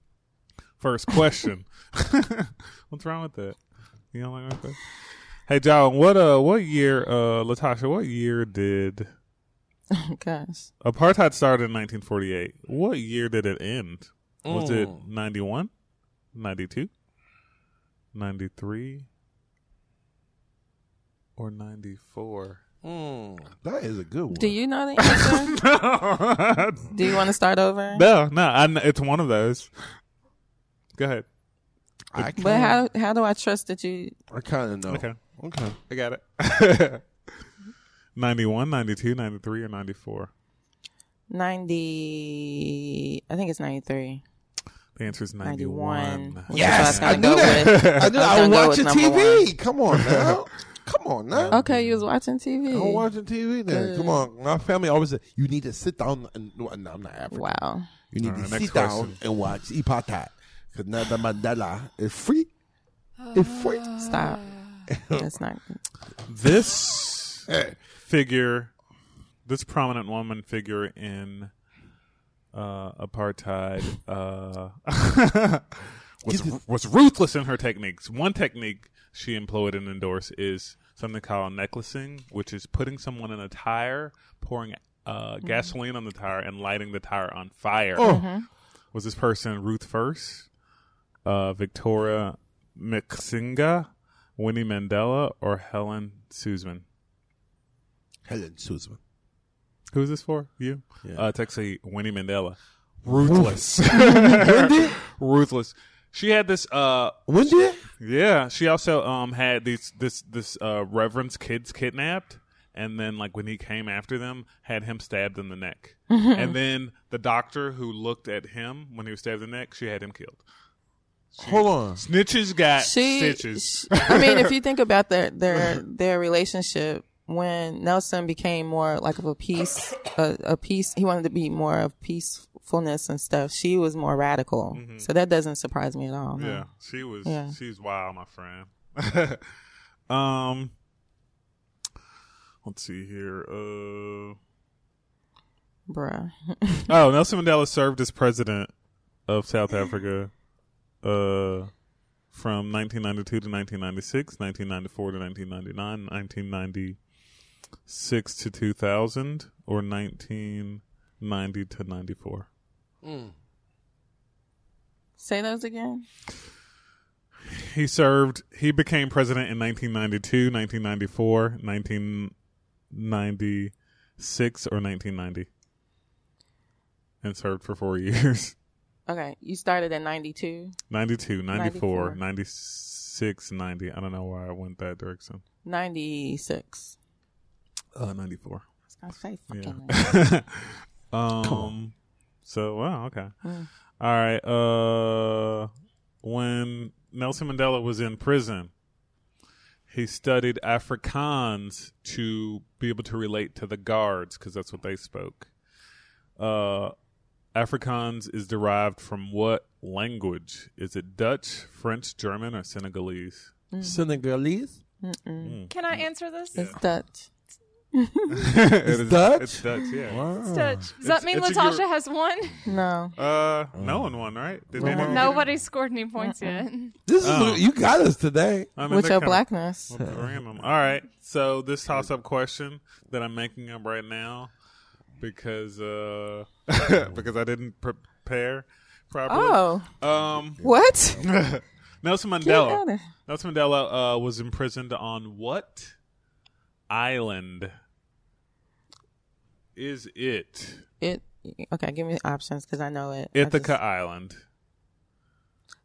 Speaker 5: <clears throat> first question, <laughs> what's wrong with that? You don't like that? Hey John, what uh what year uh Latasha, what year did
Speaker 4: <laughs> Gosh.
Speaker 5: Apartheid started in 1948. What year did it end? Was it 91, 92, 93, or <laughs> 94?
Speaker 3: Mm, that is a good one.
Speaker 4: Do you know the
Speaker 3: <laughs>
Speaker 4: answer?
Speaker 5: no,
Speaker 4: do you want to start over?
Speaker 5: no, I kn- it's one of those. Go ahead.
Speaker 3: I
Speaker 4: But
Speaker 3: kind
Speaker 4: how how do I trust that you?
Speaker 3: of I kinda know.
Speaker 5: Okay.
Speaker 3: Okay.
Speaker 5: I got <laughs> it. 91, 92, 93, or 94?
Speaker 4: 90 i think it's
Speaker 3: Mm-hmm.
Speaker 4: 93
Speaker 5: The answer is 91.
Speaker 4: 91
Speaker 3: Yes, I,
Speaker 4: I
Speaker 3: knew
Speaker 4: was
Speaker 3: that.
Speaker 4: gonna go
Speaker 3: I knew
Speaker 4: I
Speaker 3: I, was
Speaker 4: was gonna go with
Speaker 3: watching
Speaker 4: number
Speaker 3: TV. Come on now. Come on now.
Speaker 4: with- okay you was watching tv
Speaker 3: I'm watching TV then. Come on. My family always said, you need to sit down. And, no, no, I'm not African.
Speaker 4: wow
Speaker 3: You need
Speaker 5: All right,
Speaker 3: to
Speaker 5: next
Speaker 3: sit down
Speaker 5: question.
Speaker 3: and watch Ipata. Because Nelson Mandela is free. It's free. <laughs>
Speaker 4: stop that's not
Speaker 5: this figure, this prominent woman figure in uh, apartheid, uh, <laughs> was was ruthless in her techniques. One technique she employed and endorsed is something called necklacing, which is putting someone in a tire, pouring uh, gasoline on the tire, and lighting the tire on fire.
Speaker 3: Oh,
Speaker 4: uh-huh.
Speaker 5: Was this person Ruth First, uh, Victoria Mixinga, Winnie Mandela, or Helen Suzman?
Speaker 3: Helen Suzman.
Speaker 5: Who's this for? You?
Speaker 3: Yeah.
Speaker 5: Uh, it's actually Winnie Mandela. <laughs>
Speaker 3: Ruthless. <laughs>
Speaker 5: Ruthless. She had this. Uh,
Speaker 3: when did?
Speaker 5: yeah. She also um had these this this uh reverend's kids kidnapped, and then like when he came after them, had him stabbed in the neck, and then the doctor who looked at him when he was stabbed in the neck, she had him killed.
Speaker 3: Hold on.
Speaker 5: Snitches got
Speaker 4: she,
Speaker 5: stitches.
Speaker 4: sh- i mean if you think about their their
Speaker 5: <laughs>
Speaker 4: their relationship when nelson became more like of a peace a, a peace he wanted to be more of peacefulness and stuff she was more radical so that doesn't surprise me at all no.
Speaker 5: Mm-hmm. Yeah, she was.
Speaker 4: Yeah.
Speaker 5: She's wild, my friend. <laughs> um, let's see here. Uh,
Speaker 4: bruh
Speaker 5: oh, Nelson Mandela served as president of South Africa, uh, from 1992 to 1996, 1994 to 1999, 1996 to 2000, or 1990 to 94.
Speaker 4: say those again
Speaker 5: He served. He became president in 1992, 1994, 1996, or 1990, and served for four <laughs> years.
Speaker 4: okay you started at 92
Speaker 5: 92, 94,
Speaker 4: 94.
Speaker 5: 96, 90. I don't know why I went that direction.
Speaker 4: 96
Speaker 5: Uh, 94. <laughs>
Speaker 4: I was gonna say fucking Mm.
Speaker 5: Yeah. um. So wow. Okay. All right. Uh, when Nelson Mandela was in prison, he studied Afrikaans to be able to relate to the guards because that's what they spoke. Uh, Afrikaans is derived from what language? Is it Dutch, French, German, or Senegalese?
Speaker 4: Mm-hmm.
Speaker 3: Senegalese?
Speaker 6: Can I answer this?
Speaker 4: It's Dutch.
Speaker 5: It <laughs> is-
Speaker 3: Dutch?
Speaker 5: It's Dutch. Yeah.
Speaker 6: It's
Speaker 4: uh,
Speaker 6: Dutch. Does
Speaker 5: It's-
Speaker 6: that mean
Speaker 5: it's a
Speaker 6: Latasha
Speaker 5: Euro-
Speaker 6: has won?
Speaker 4: No.
Speaker 5: Uh, no one won, right? Did anyone-
Speaker 6: Nobody scored any points
Speaker 4: Uh-uh.
Speaker 6: yet.
Speaker 3: This is you got us today.
Speaker 5: I mean,
Speaker 4: With
Speaker 5: they're
Speaker 4: your
Speaker 5: kinda-
Speaker 4: blackness.
Speaker 5: Well, random. All right. So this toss up question that I'm making up right now because uh <laughs> because I didn't prepare properly.
Speaker 4: Oh.
Speaker 5: Um <laughs>
Speaker 4: What?
Speaker 5: Nelson
Speaker 4: out
Speaker 5: Mandela.
Speaker 4: of-
Speaker 5: Nelson Mandela uh, was imprisoned on what island? Is it
Speaker 4: It. Okay, give me options because I know it. I just-
Speaker 5: Ithaca Island?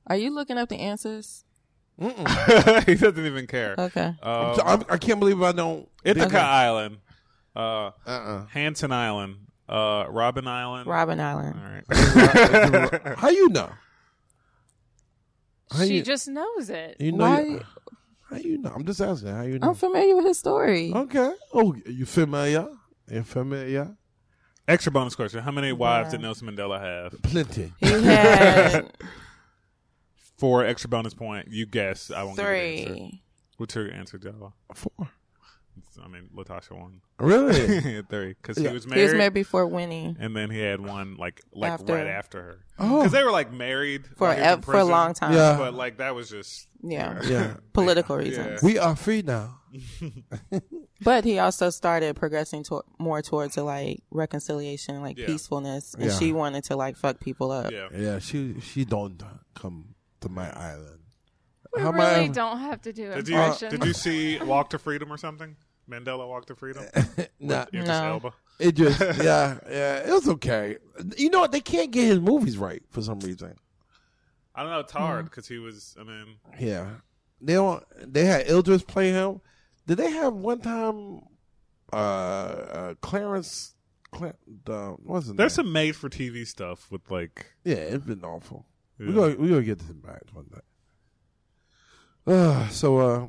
Speaker 4: are you looking up the answers?
Speaker 5: <laughs> he doesn't even care.
Speaker 4: Okay.
Speaker 5: Uh,
Speaker 3: So I'm, I can't believe I don't.
Speaker 5: Ithaca
Speaker 4: Okay.
Speaker 5: Island, uh,
Speaker 3: Uh uh
Speaker 5: Hanson Island, uh, Robin Island.
Speaker 4: Robin Island.
Speaker 5: All right.
Speaker 3: How you know? How
Speaker 6: She
Speaker 3: you,
Speaker 6: just knows it.
Speaker 3: you know?
Speaker 4: Why?
Speaker 3: How you know? I'm just asking. How you know?
Speaker 4: I'm familiar with his story.
Speaker 3: okay. Oh, you familiar? You familiar?
Speaker 5: Extra bonus question: How many wives did Nelson Mandela have?
Speaker 3: Plenty.
Speaker 4: He
Speaker 5: <laughs>
Speaker 4: had
Speaker 5: For extra bonus point, you guess. I won't Give you the answer.
Speaker 4: three.
Speaker 5: What's your answer, Java?
Speaker 3: Four.
Speaker 5: It's- I mean, Latasha won
Speaker 3: <laughs> Really?
Speaker 5: <laughs> three because
Speaker 3: Yeah.
Speaker 5: he was
Speaker 4: He
Speaker 5: married.
Speaker 4: was married before Winnie
Speaker 5: and then he had one like like
Speaker 4: After.
Speaker 5: right after her
Speaker 3: Oh.
Speaker 5: because they were like married
Speaker 4: for
Speaker 5: while he was in
Speaker 4: a, for a
Speaker 5: prison,
Speaker 4: long time.
Speaker 3: Yeah.
Speaker 5: But like that was just
Speaker 4: Yeah.
Speaker 3: yeah.
Speaker 4: Political reasons.
Speaker 3: We are free now.
Speaker 4: But he also started progressing to- more towards a, like reconciliation, like
Speaker 5: Yeah.
Speaker 4: peacefulness, and
Speaker 3: Yeah.
Speaker 4: she wanted to like fuck people up.
Speaker 5: yeah.
Speaker 3: Yeah. She she don't come to my island.
Speaker 6: We
Speaker 3: How am I
Speaker 6: really
Speaker 3: ever-
Speaker 6: don't have to do
Speaker 5: Did you
Speaker 6: impressions.
Speaker 5: did you see Walk to Freedom or something? Mandela Walk
Speaker 3: <laughs>
Speaker 5: to Freedom.
Speaker 3: Nah.
Speaker 5: Idris
Speaker 4: No.
Speaker 5: Elba.
Speaker 3: It <laughs> just yeah yeah. It was okay. You know what? They can't get his movies right for some reason.
Speaker 5: I don't know. It's hard because he was. I mean,
Speaker 3: Mm-hmm. Yeah, they don't. They had Ildris play him. Did they have one time? Uh, uh Clarence. Cla- the, what's his
Speaker 5: there's
Speaker 3: name?
Speaker 5: some made for TV stuff with like.
Speaker 3: Yeah, it's been awful.
Speaker 5: Yeah.
Speaker 3: We're gonna we're gonna get to him back one day. Uh, so uh,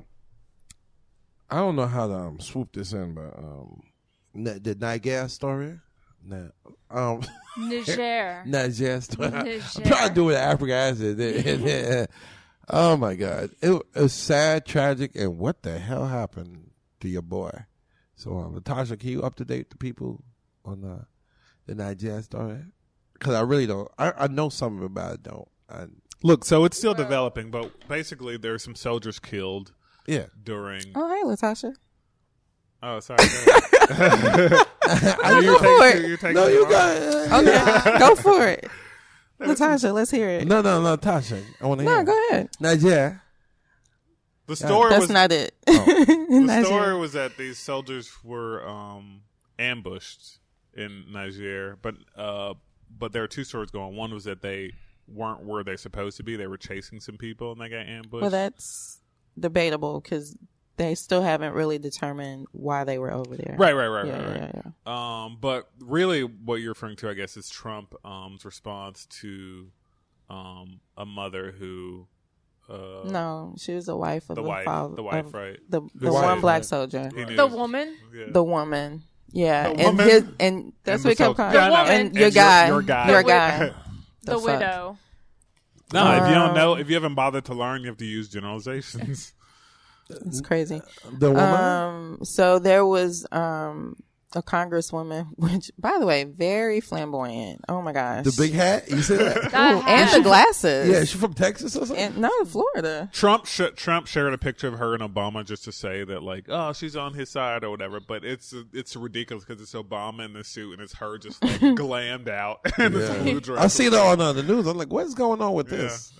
Speaker 3: I don't know how to um, swoop this in, but um, N- the Niger story. Nah, um, <laughs>
Speaker 5: <laughs>
Speaker 6: Niger.
Speaker 3: Niger <laughs> story.
Speaker 6: Niger.
Speaker 3: I'm trying to do it in African <laughs> accent. oh my god, it, was- it was sad, tragic, and what the hell happened to your boy? So, um, Natasha, can you up to date the people on uh, the Niger story? Because I really don't. I, I know some of it, but I don't. I,
Speaker 5: Look, so it's still developing, but basically there are some soldiers killed
Speaker 3: yeah,
Speaker 5: during.
Speaker 4: Oh, hey,
Speaker 5: <laughs>
Speaker 4: Latasha.
Speaker 5: Oh, sorry. go
Speaker 4: <laughs>
Speaker 5: ahead. you
Speaker 4: go for
Speaker 5: take-
Speaker 4: it.
Speaker 5: you take
Speaker 3: no,
Speaker 5: the
Speaker 3: you
Speaker 5: wrong-
Speaker 3: got it.
Speaker 4: Okay, <laughs> go for it. Latasha, let's hear it.
Speaker 3: no, no, no, Tasha. I want to
Speaker 4: No,
Speaker 3: hear.
Speaker 4: go ahead.
Speaker 3: Niger.
Speaker 5: The story
Speaker 4: That's
Speaker 5: was Oh.
Speaker 4: not it. <laughs>
Speaker 5: the
Speaker 4: That's
Speaker 5: story
Speaker 4: it.
Speaker 5: was that these soldiers were um, ambushed in Niger, but uh, but there are two stories going. One was that they weren't where they're supposed to be; they were chasing some people and they got ambushed.
Speaker 4: Well, that's debatable because they still haven't really determined why they were over there.
Speaker 5: right, right, right,
Speaker 4: Yeah,
Speaker 5: right, right.
Speaker 4: yeah, yeah.
Speaker 5: Um, but really, what you're referring to, I guess, is Trump's response to um, a mother who. Uh,
Speaker 4: No, she was the wife of
Speaker 5: The
Speaker 4: the,
Speaker 5: wife-
Speaker 4: father.
Speaker 5: the wife,
Speaker 4: of
Speaker 5: right.
Speaker 4: The, the
Speaker 3: wife,
Speaker 4: one black
Speaker 3: right.
Speaker 4: soldier.
Speaker 5: he knew-
Speaker 6: The woman.
Speaker 5: Yeah.
Speaker 4: The woman. Yeah,
Speaker 5: The
Speaker 4: and
Speaker 5: woman.
Speaker 4: his and that's
Speaker 5: And
Speaker 4: what he
Speaker 5: the
Speaker 4: kept
Speaker 5: soldier.
Speaker 4: calling
Speaker 6: The woman.
Speaker 4: and
Speaker 6: And
Speaker 4: your
Speaker 5: your-
Speaker 4: guy,
Speaker 5: your guy.
Speaker 4: your
Speaker 6: The
Speaker 4: guy.
Speaker 5: <laughs>
Speaker 6: wi- The,
Speaker 4: fuck?
Speaker 6: widow.
Speaker 5: No, if you don't know, if you haven't bothered to learn, you have to
Speaker 4: <laughs>
Speaker 5: use generalizations.
Speaker 4: It's crazy.
Speaker 3: The woman.
Speaker 4: Um, so there was um a congresswoman, <laughs> which by the way, very flamboyant. Oh my gosh,
Speaker 3: the big hat. You said <laughs> that.
Speaker 6: That
Speaker 4: and the glasses.
Speaker 3: yeah, she from Texas or something.
Speaker 4: and no, Florida.
Speaker 5: Trump sh- Trump shared a picture of her and Obama just to say that like oh she's on his side or whatever, but it's it's ridiculous because it's Obama in the suit and it's her just
Speaker 4: <laughs>
Speaker 5: like glammed out <laughs> in this blue dress.
Speaker 3: I see that on uh, the news. I'm like, what's going on with
Speaker 4: <laughs>
Speaker 3: this,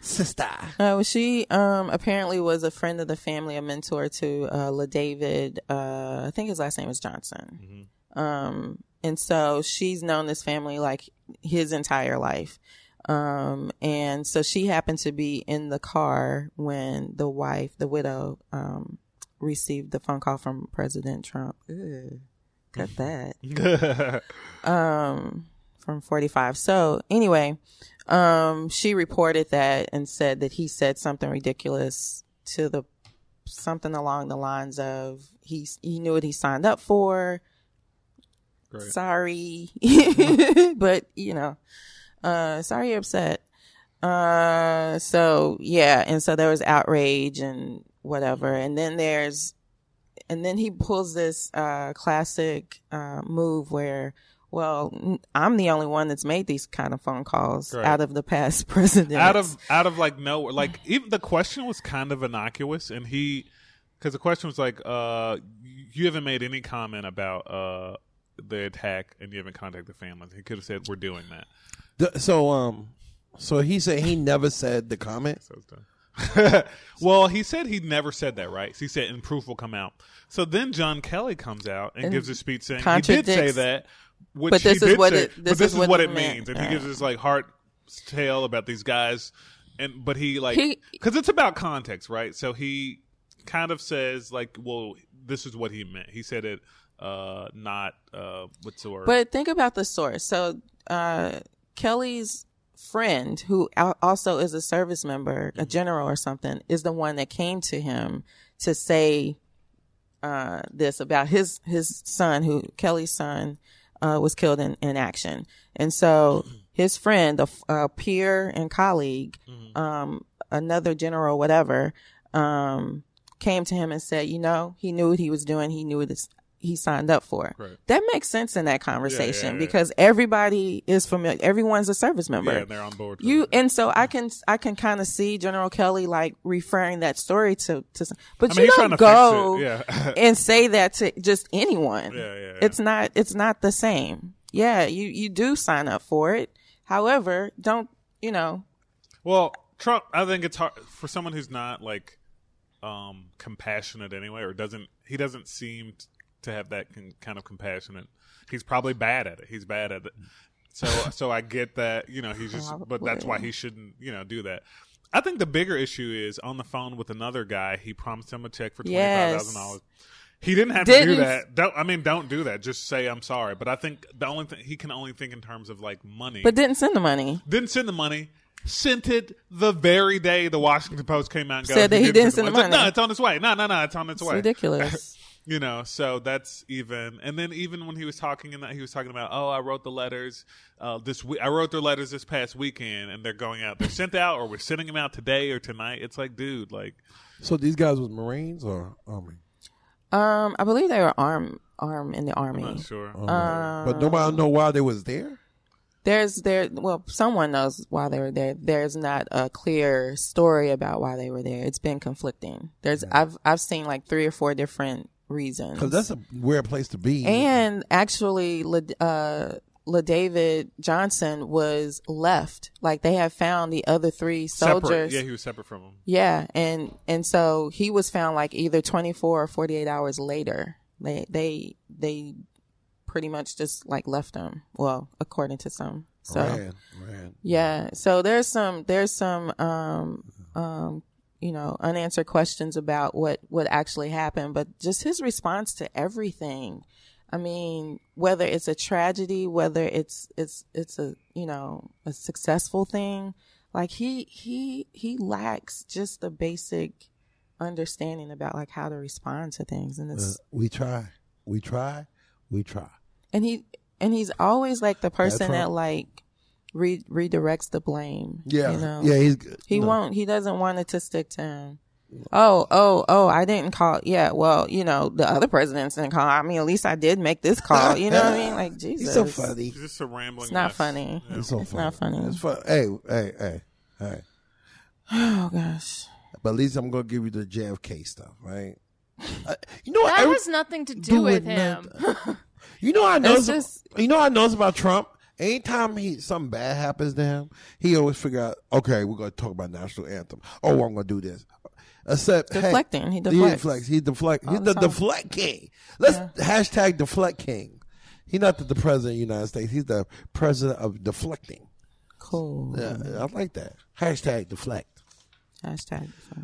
Speaker 3: sister?
Speaker 4: Uh, she um apparently was a friend of the family, a mentor to uh, LaDavid. Uh, I think his last name was Johnson. Um, and so she's known this family like his entire life. Um, and so she happened to be in the car when the wife, the widow, um, received the phone call from
Speaker 5: <laughs>
Speaker 4: <laughs> President Trump. Ugh, got that. um, from 45. So anyway, um, she reported that and said that he said something ridiculous to the something along the lines of he he knew what he signed up for.
Speaker 5: Great. <laughs>
Speaker 4: Sorry, but you know, uh, sorry you're upset. Uh, so yeah, and so there was outrage and whatever, and then there's, and then he pulls this uh classic uh move where. Well, n- I'm the only one that's made these kind of phone calls
Speaker 5: Right.
Speaker 4: out of the past <laughs> presidents.
Speaker 5: out of out of like nowhere. Like even the question was kind of innocuous, and he because the question was like, uh, you haven't made any comment about uh the attack, and you haven't contacted families. He could have said, "We're doing that."
Speaker 3: The- so um, so he said he never said the comment.
Speaker 5: So it's done. <laughs> well, he said he never said that, right? He said, and proof will come out. So then John Kelly comes out and,
Speaker 4: And
Speaker 5: gives a speech saying he did say
Speaker 4: contradicts-
Speaker 5: that, which
Speaker 4: But this
Speaker 5: he
Speaker 4: is
Speaker 5: did
Speaker 4: what
Speaker 5: say,
Speaker 4: it-
Speaker 5: but
Speaker 4: this
Speaker 5: this
Speaker 4: is
Speaker 5: is
Speaker 4: what
Speaker 5: what
Speaker 4: it
Speaker 5: it
Speaker 4: meant. Uh.
Speaker 5: means, and
Speaker 4: Yeah.
Speaker 5: he gives this like heart tale about these guys, and but he like
Speaker 4: He-
Speaker 5: because it's about context, right? So he kind of says like, well, this is what he meant. He said it, uh, not uh, what's the word?
Speaker 4: But think about the source. So uh, Kelly's friend, who al- also is a service member, a general or something, is the one that came to him to say uh, this about his his son, who Kelly's son uh, was killed in, in action, and
Speaker 5: <clears throat>
Speaker 4: so his friend, a, f- a peer and colleague,
Speaker 5: Mm-hmm.
Speaker 4: um, another general, whatever, um, came to him and said, you know, he knew what he was doing, he knew what this, he signed up for.
Speaker 5: Right.
Speaker 4: That makes sense in that conversation
Speaker 5: yeah.
Speaker 4: because everybody is familiar, everyone's a service member.
Speaker 5: yeah, they're on board. with
Speaker 4: You
Speaker 5: it.
Speaker 4: and so I can I can kind of see General Kelly like referring that story to to, some- but
Speaker 5: I
Speaker 4: you
Speaker 5: mean, he's
Speaker 4: don't
Speaker 5: trying to
Speaker 4: go
Speaker 5: fix it, yeah. <laughs>
Speaker 4: and say that to just anyone.
Speaker 5: Yeah, yeah, yeah.
Speaker 4: It's not it's not the same. Yeah, you you do sign up for it. However, don't you know?
Speaker 5: Well, Trump, I think it's hard for someone who's not like um compassionate anyway, or doesn't he doesn't seem t- to have that con- kind of compassionate. He's probably bad at it. He's bad at it. <laughs> So, so I get that. You know, he's just, but that's why he shouldn't. You know, do that. I think the bigger issue is on the phone with another guy. He promised him a check for twenty five thousand dollars. He didn't have to do
Speaker 4: Didn't-
Speaker 5: that. Don't I mean? Don't do that. Just say I'm sorry. But I think the only thing he can only think in terms of like money.
Speaker 4: But didn't send the money.
Speaker 5: Didn't send the money. Sent it the very day the Washington Post came out and goes,
Speaker 4: Said that he didn't send the
Speaker 5: It's like,
Speaker 4: money.
Speaker 5: no, it's on its way. No, no, no, it's on its,
Speaker 4: It's
Speaker 5: way. <laughs>
Speaker 4: ridiculous.
Speaker 5: You know, so that's even. And then even when he was talking in that, he was talking about, oh, I wrote the letters uh, this week. I wrote their letters this past weekend, and they're going out. They're sent out, or we're sending them out today or tonight. It's like, dude, like
Speaker 3: So these guys was Marines or Army,
Speaker 4: um, I believe they were armed armed in the army. Um,
Speaker 5: I'm not sure.
Speaker 3: but nobody know why they was there.
Speaker 4: There's there well, someone knows why they were there. There's not a clear story about why they were there. It's been conflicting. There's I've I've seen like three or four different reasons.
Speaker 3: Because that's a weird place to be.
Speaker 4: and actually, Le, uh, LaDavid Johnson was left. Like they have found the other three
Speaker 5: separate.
Speaker 4: soldiers.
Speaker 5: Yeah, he was separate from him.
Speaker 4: Yeah, and and so he was found like either 24 or 48 hours later. They they they pretty much just like left him. Well, according to some. So
Speaker 3: Ran, ran.
Speaker 4: yeah. So there's some there's some um um you know unanswered questions about what what actually happened, but just his response to everything. I mean, whether it's a tragedy, whether it's it's it's a you know a successful thing, like he he he lacks just the basic understanding about like how to respond to things, and
Speaker 3: Uh,
Speaker 4: it's
Speaker 3: we try, we try, we try.
Speaker 4: and he and he's always like the person
Speaker 3: right.
Speaker 4: that like re- redirects the blame.
Speaker 3: Yeah,
Speaker 4: you know?
Speaker 3: yeah. He's good.
Speaker 4: He
Speaker 3: No.
Speaker 4: won't. He doesn't want it to stick to him. Oh, oh, oh! I didn't call. Yeah, well, you know, the other presidents didn't call. I mean, at least I did make this call. You know what I mean? Like
Speaker 3: <laughs>
Speaker 4: Jesus,
Speaker 3: He's so funny.
Speaker 5: He's just a rambling.
Speaker 4: It's not
Speaker 5: mess.
Speaker 4: funny.
Speaker 5: Yeah.
Speaker 3: It's so
Speaker 4: It's not funny. <gasps>
Speaker 3: It's fun. Hey, hey, hey, hey.
Speaker 4: Oh gosh,
Speaker 3: But at least I'm gonna give you the JFK stuff,
Speaker 4: <laughs>
Speaker 3: right? Uh, you know what?
Speaker 6: That
Speaker 3: every-
Speaker 6: has nothing to do with him.
Speaker 3: nothing. you know I know.
Speaker 4: It's
Speaker 3: some-
Speaker 4: just-
Speaker 3: you know I knows about Trump. Anytime he something bad happens to him, he always figure out. Okay, we're gonna talk about national anthem. Oh, I'm gonna do this. Except hey,
Speaker 4: Deflecting. He
Speaker 3: He
Speaker 4: deflects.
Speaker 3: deflects. He deflect. He's
Speaker 4: the
Speaker 3: the
Speaker 4: time.
Speaker 3: deflect king. Let's hashtag deflect king. He's not the, the president of the United States. He's the president of deflecting.
Speaker 4: cool.
Speaker 3: Yeah, I like that. Hashtag deflect.
Speaker 4: Hashtag. so.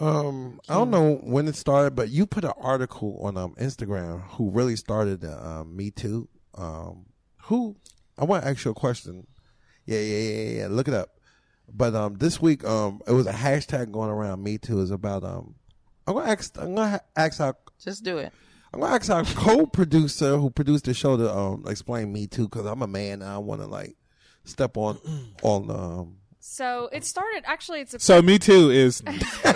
Speaker 3: Um, I don't know when it started, but you put an article on um Instagram who really started the um, Me Too. Um, who? I want to ask you a question. Yeah, yeah, yeah, yeah, yeah. Look it up. But um, this week um, it was a hashtag going around. Me too is about um. I'm gonna ask. I'm gonna ha- ask our.
Speaker 4: Just do it.
Speaker 3: I'm gonna ask our <laughs> co-producer who produced the show to um explain Me Too because I'm a man and I want to like step on <clears throat> on um.
Speaker 6: So it started. Actually, it's a
Speaker 5: So me too
Speaker 4: <laughs>
Speaker 5: is
Speaker 3: Yes, <laughs>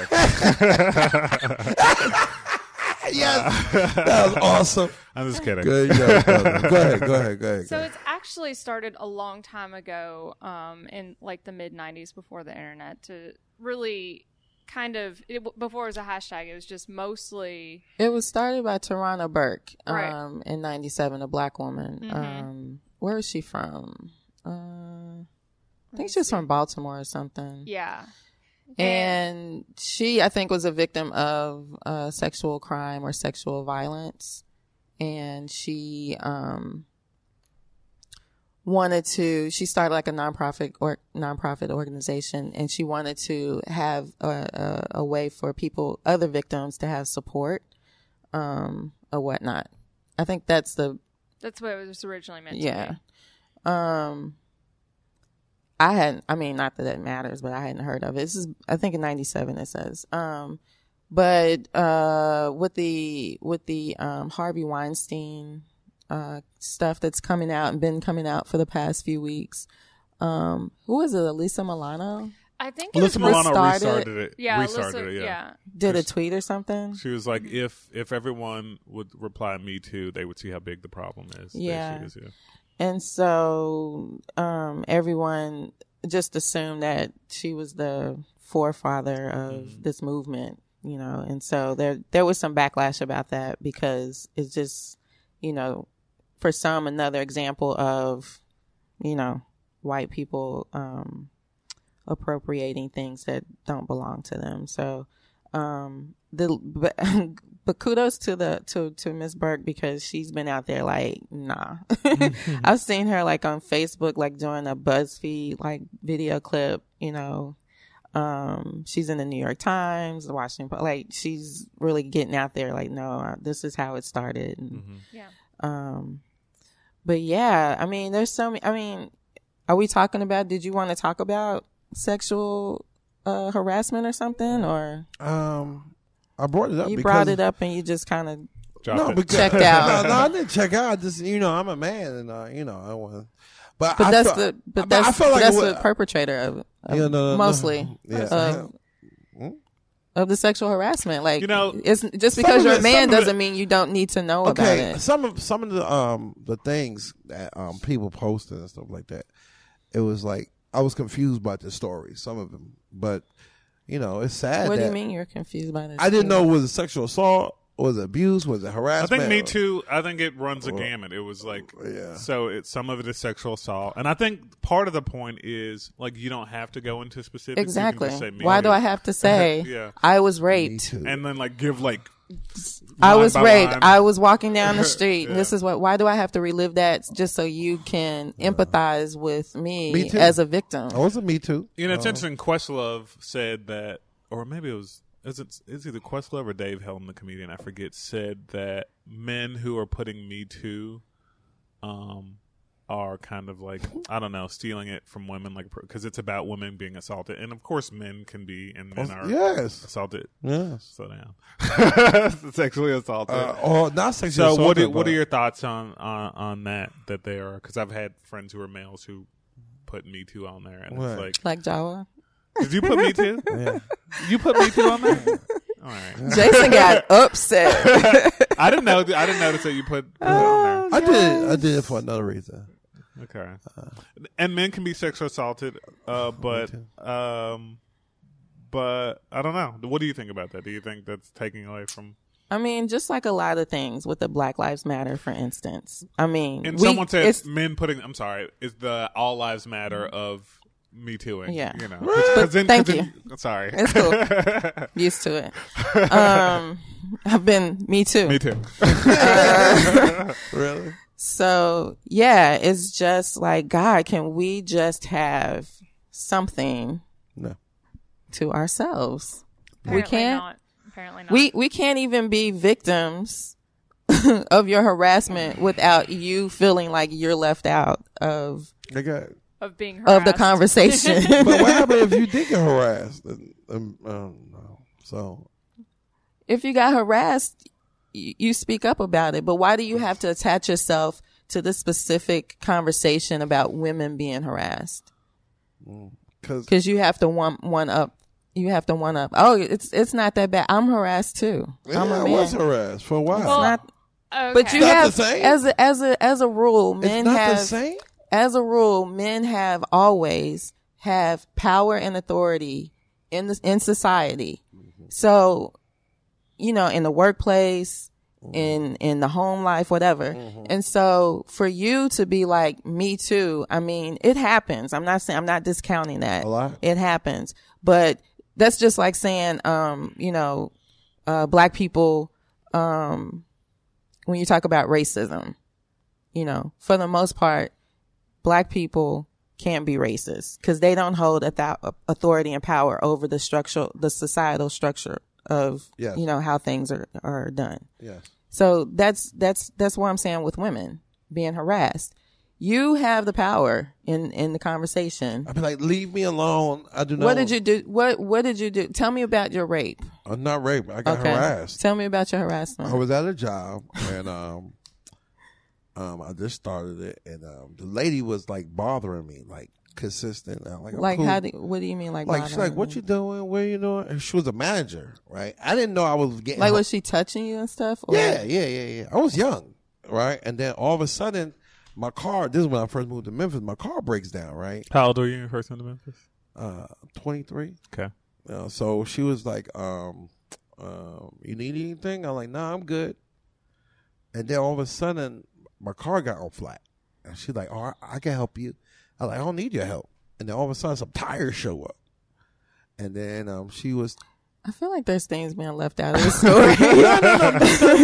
Speaker 3: that was awesome.
Speaker 5: I'm just kidding.
Speaker 3: Good job,
Speaker 5: <laughs>
Speaker 3: brother. Go ahead, go ahead, go ahead.
Speaker 6: So it's actually started a long time ago, um, in like the mid '90s, before the internet, to really kind of it, w- before it was a hashtag. It was just mostly
Speaker 4: It was started by Tarana Burke um,
Speaker 6: Right.
Speaker 4: in 97, a black woman. Um, where is she from? Uh, I think she's from Baltimore or something.
Speaker 6: yeah,
Speaker 4: And she, I think, was a victim of uh, sexual crime or sexual violence. And she um, wanted to, she started like a nonprofit or nonprofit organization, and she wanted to have a, a, a way for people, other victims, to have support um, or whatnot. I think that's the
Speaker 6: that's what it was originally meant.
Speaker 4: yeah.
Speaker 6: to
Speaker 4: Um, I hadn't. I mean, not that it matters, but I hadn't heard of it. This is, I think, in '97. It says. Um, but uh, with the with the um, Harvey Weinstein uh, stuff that's coming out and been coming out for the past few weeks. Um, who was it? Elisa Milano
Speaker 6: be. I think it
Speaker 5: Alyssa
Speaker 6: was
Speaker 5: Milano
Speaker 4: restarted-
Speaker 5: restarted it.
Speaker 6: yeah,
Speaker 5: restarted
Speaker 6: Alyssa-
Speaker 5: it.
Speaker 6: yeah.
Speaker 4: did a tweet or something.
Speaker 5: She was like,
Speaker 4: Mm-hmm.
Speaker 5: if if everyone would reply me too, they would see how big the problem is. The
Speaker 4: Yeah.
Speaker 5: issue is, yeah.
Speaker 4: And so um, everyone just assumed that she was the forefather of this movement, you know. And so there there was some backlash about that because it's just, you know, for some another example of, you know, white people um, appropriating things that don't belong to them. So um, the but, <laughs> but kudos to the to to Miss Burke because she's been out there like nah. <laughs> I've seen her like on Facebook like doing a BuzzFeed like video clip. You know, um, she's in the New York Times, the Washington Po- like she's really getting out there. Like no, uh, this is how it started. And,
Speaker 6: Yeah.
Speaker 4: Um, but yeah, I mean, there's so many. I mean, are we talking about? Did you want to talk about sexual uh, harassment or something or?
Speaker 3: um, I brought it up.
Speaker 4: You
Speaker 3: because
Speaker 4: brought it up and you just kind of
Speaker 3: <laughs>
Speaker 5: Drop
Speaker 3: no,
Speaker 5: it. <laughs>
Speaker 3: because,
Speaker 4: Checked out.
Speaker 3: No, no, I didn't check out. Just you know, I'm a man, and uh, you know, I want. But,
Speaker 4: but
Speaker 3: I
Speaker 4: that's
Speaker 3: feel-
Speaker 4: the but that's that's
Speaker 3: it
Speaker 4: the
Speaker 3: wa-
Speaker 4: perpetrator of, of
Speaker 3: Yeah, no, no, no.
Speaker 4: mostly
Speaker 3: Yeah. Hmm?
Speaker 4: of, of the sexual harassment like
Speaker 5: You know,
Speaker 4: it's just
Speaker 3: some
Speaker 4: because
Speaker 3: of
Speaker 4: you're a
Speaker 3: it-
Speaker 4: man
Speaker 3: some of it-
Speaker 4: doesn't mean you don't need to know about
Speaker 3: okay.
Speaker 4: it
Speaker 3: Some of some of the um the things that um people posted and stuff like that. It was like I was confused by the story. Some of them, but you know, it's sad.
Speaker 4: what do you
Speaker 3: that
Speaker 4: mean you're confused by this
Speaker 3: I didn't know was it sexual assault, was it abuse, was it
Speaker 5: I
Speaker 3: harassment?
Speaker 5: think Me
Speaker 3: or-
Speaker 5: Too. I think it runs a gamut. It was like
Speaker 3: Yeah.
Speaker 5: So it some of it is sexual assault, and I think part of the point is like you don't have to go into specifics. You can just
Speaker 4: exactly
Speaker 5: say Me
Speaker 4: why
Speaker 5: Too.
Speaker 4: do I have
Speaker 5: <laughs>
Speaker 4: to say
Speaker 5: Yeah.
Speaker 4: I was
Speaker 3: Me
Speaker 4: raped
Speaker 3: too.
Speaker 5: And then like give like
Speaker 4: I
Speaker 5: line
Speaker 4: was
Speaker 5: by
Speaker 4: raped
Speaker 5: line.
Speaker 4: I was walking
Speaker 5: <laughs>
Speaker 4: down the street and
Speaker 5: Yeah.
Speaker 4: this is what why do I have to relive that just so you can empathize with me,
Speaker 3: Me too.
Speaker 4: as a victim
Speaker 3: Oh, was it Me Too?
Speaker 5: You know, it's interesting. Questlove said that, or maybe it was is it is either Questlove or Dave Helm, the comedian, I forget, said that men who are putting Me Too, um, are kind of like I don't know, stealing it from women, like because it's about women being assaulted, and of course men can be, and men are
Speaker 3: Yes.
Speaker 5: assaulted.
Speaker 3: Yes.
Speaker 5: Slow down, <laughs> sexually assaulted.
Speaker 3: Uh, or not sexual
Speaker 5: so
Speaker 3: assault.
Speaker 5: what are,
Speaker 3: but-
Speaker 5: what are your thoughts on, on on that that they are because I've had friends who are males who put me too on there and
Speaker 3: Right.
Speaker 5: it's like
Speaker 4: like Jawa
Speaker 5: did you put me <laughs> too?
Speaker 3: Yeah.
Speaker 5: You put me too on <laughs> there. All right.
Speaker 4: Jason
Speaker 5: <laughs>
Speaker 4: got upset
Speaker 5: I didn't know. I didn't notice that you put, put it on
Speaker 3: I did. I did it for another reason.
Speaker 5: there. Okay. And men can be sexually assaulted, uh, but um, but I don't know. What do you think about that? Do you think that's taking away from?
Speaker 4: I mean, just like a lot of things with the Black Lives Matter, for instance. I mean,
Speaker 5: And
Speaker 4: we-
Speaker 5: someone said
Speaker 4: it's-
Speaker 5: men putting. I'm sorry. Is the all lives matter of me tooing?
Speaker 4: Yeah.
Speaker 5: You know.
Speaker 4: But thank
Speaker 5: you. Sorry.
Speaker 4: it's cool.
Speaker 5: <laughs>
Speaker 4: used to it. Um, I've been me too.
Speaker 5: me too.
Speaker 3: Really?
Speaker 4: So yeah, it's just like God. Can we just have something
Speaker 3: No.
Speaker 4: to ourselves?
Speaker 6: Apparently
Speaker 4: we can't.
Speaker 6: Not. Apparently not.
Speaker 4: We we can't even be victims <laughs> of your harassment without you feeling like you're left out of
Speaker 3: They
Speaker 5: <laughs>
Speaker 3: got-
Speaker 6: of being harassed.
Speaker 4: of the conversation.
Speaker 6: <laughs>
Speaker 3: But what happened if you did get harassed? Um, um, I don't know. So
Speaker 4: if you got harassed, y- you speak up about it. But why do you have to attach yourself to this specific conversation about women being harassed?
Speaker 3: because
Speaker 4: Because you have to one one up. You have to one up. Oh, it's it's not that bad. I'm harassed too. I'm
Speaker 3: I
Speaker 4: a
Speaker 3: was
Speaker 4: man.
Speaker 3: harassed for a while.
Speaker 6: Well,
Speaker 4: Not-
Speaker 6: Okay.
Speaker 4: But you
Speaker 3: Not the
Speaker 4: have
Speaker 3: same.
Speaker 4: as a as a as a rule,
Speaker 3: it's
Speaker 4: men
Speaker 3: not
Speaker 4: have
Speaker 3: the same.
Speaker 4: as a rule, men have always have power and authority in this in society.
Speaker 3: Mm-hmm.
Speaker 4: So, you know, in the workplace,
Speaker 3: Mm-hmm.
Speaker 4: in in the home life, whatever. And so, for you to be like me too, I mean, it happens. I'm not saying I'm not discounting that.
Speaker 3: A lot.
Speaker 4: It happens, but that's just like saying, um, you know, uh, black people, um, when you talk about racism, you know, for the most part, black people can't be racist because they don't hold a thou- authority and power over the structural, the societal structure of,
Speaker 3: Yes.
Speaker 4: you know, how things are, are done.
Speaker 3: Yes.
Speaker 4: So that's, that's, that's what I'm saying with women being harassed. You have the power in, in the conversation.
Speaker 3: I'd be like, leave me alone. I do not.
Speaker 4: What did you do? What, what did you do? Tell me about your rape.
Speaker 3: I'm not raped. I got harassed. Oh,
Speaker 4: Tell me about your
Speaker 3: I
Speaker 4: harassment.
Speaker 3: was at a job and um, um, I just started it and um, the lady was like bothering me like consistent. I'm like, I'm
Speaker 4: Like,
Speaker 3: cool.
Speaker 4: how do, what do you mean? Like,
Speaker 3: like
Speaker 4: why
Speaker 3: she's like,
Speaker 4: not?
Speaker 3: what you doing? Where you doing? And she was a manager, right? I didn't know I was getting
Speaker 4: Like,
Speaker 3: har-
Speaker 4: was she touching you and stuff? Or?
Speaker 3: Yeah, yeah, yeah, yeah. I was young, right? And then all of a sudden, my car. This is when I first moved to Memphis. My car breaks down, right?
Speaker 5: <laughs> How old were you when you first went to Memphis?
Speaker 3: Uh, twenty three.
Speaker 5: Okay.
Speaker 3: You know, so she was like, um, um, "You need anything?" I'm like, "Nah, I'm good." And then all of a sudden, my car got on flat, and she's like, "Oh, I, I can help you." I'm like, "I don't need your help." And then all of a sudden, some tires show up, and then um, she was.
Speaker 4: I feel like there's things being left out
Speaker 3: <laughs>
Speaker 4: of the story.
Speaker 3: No, no, no,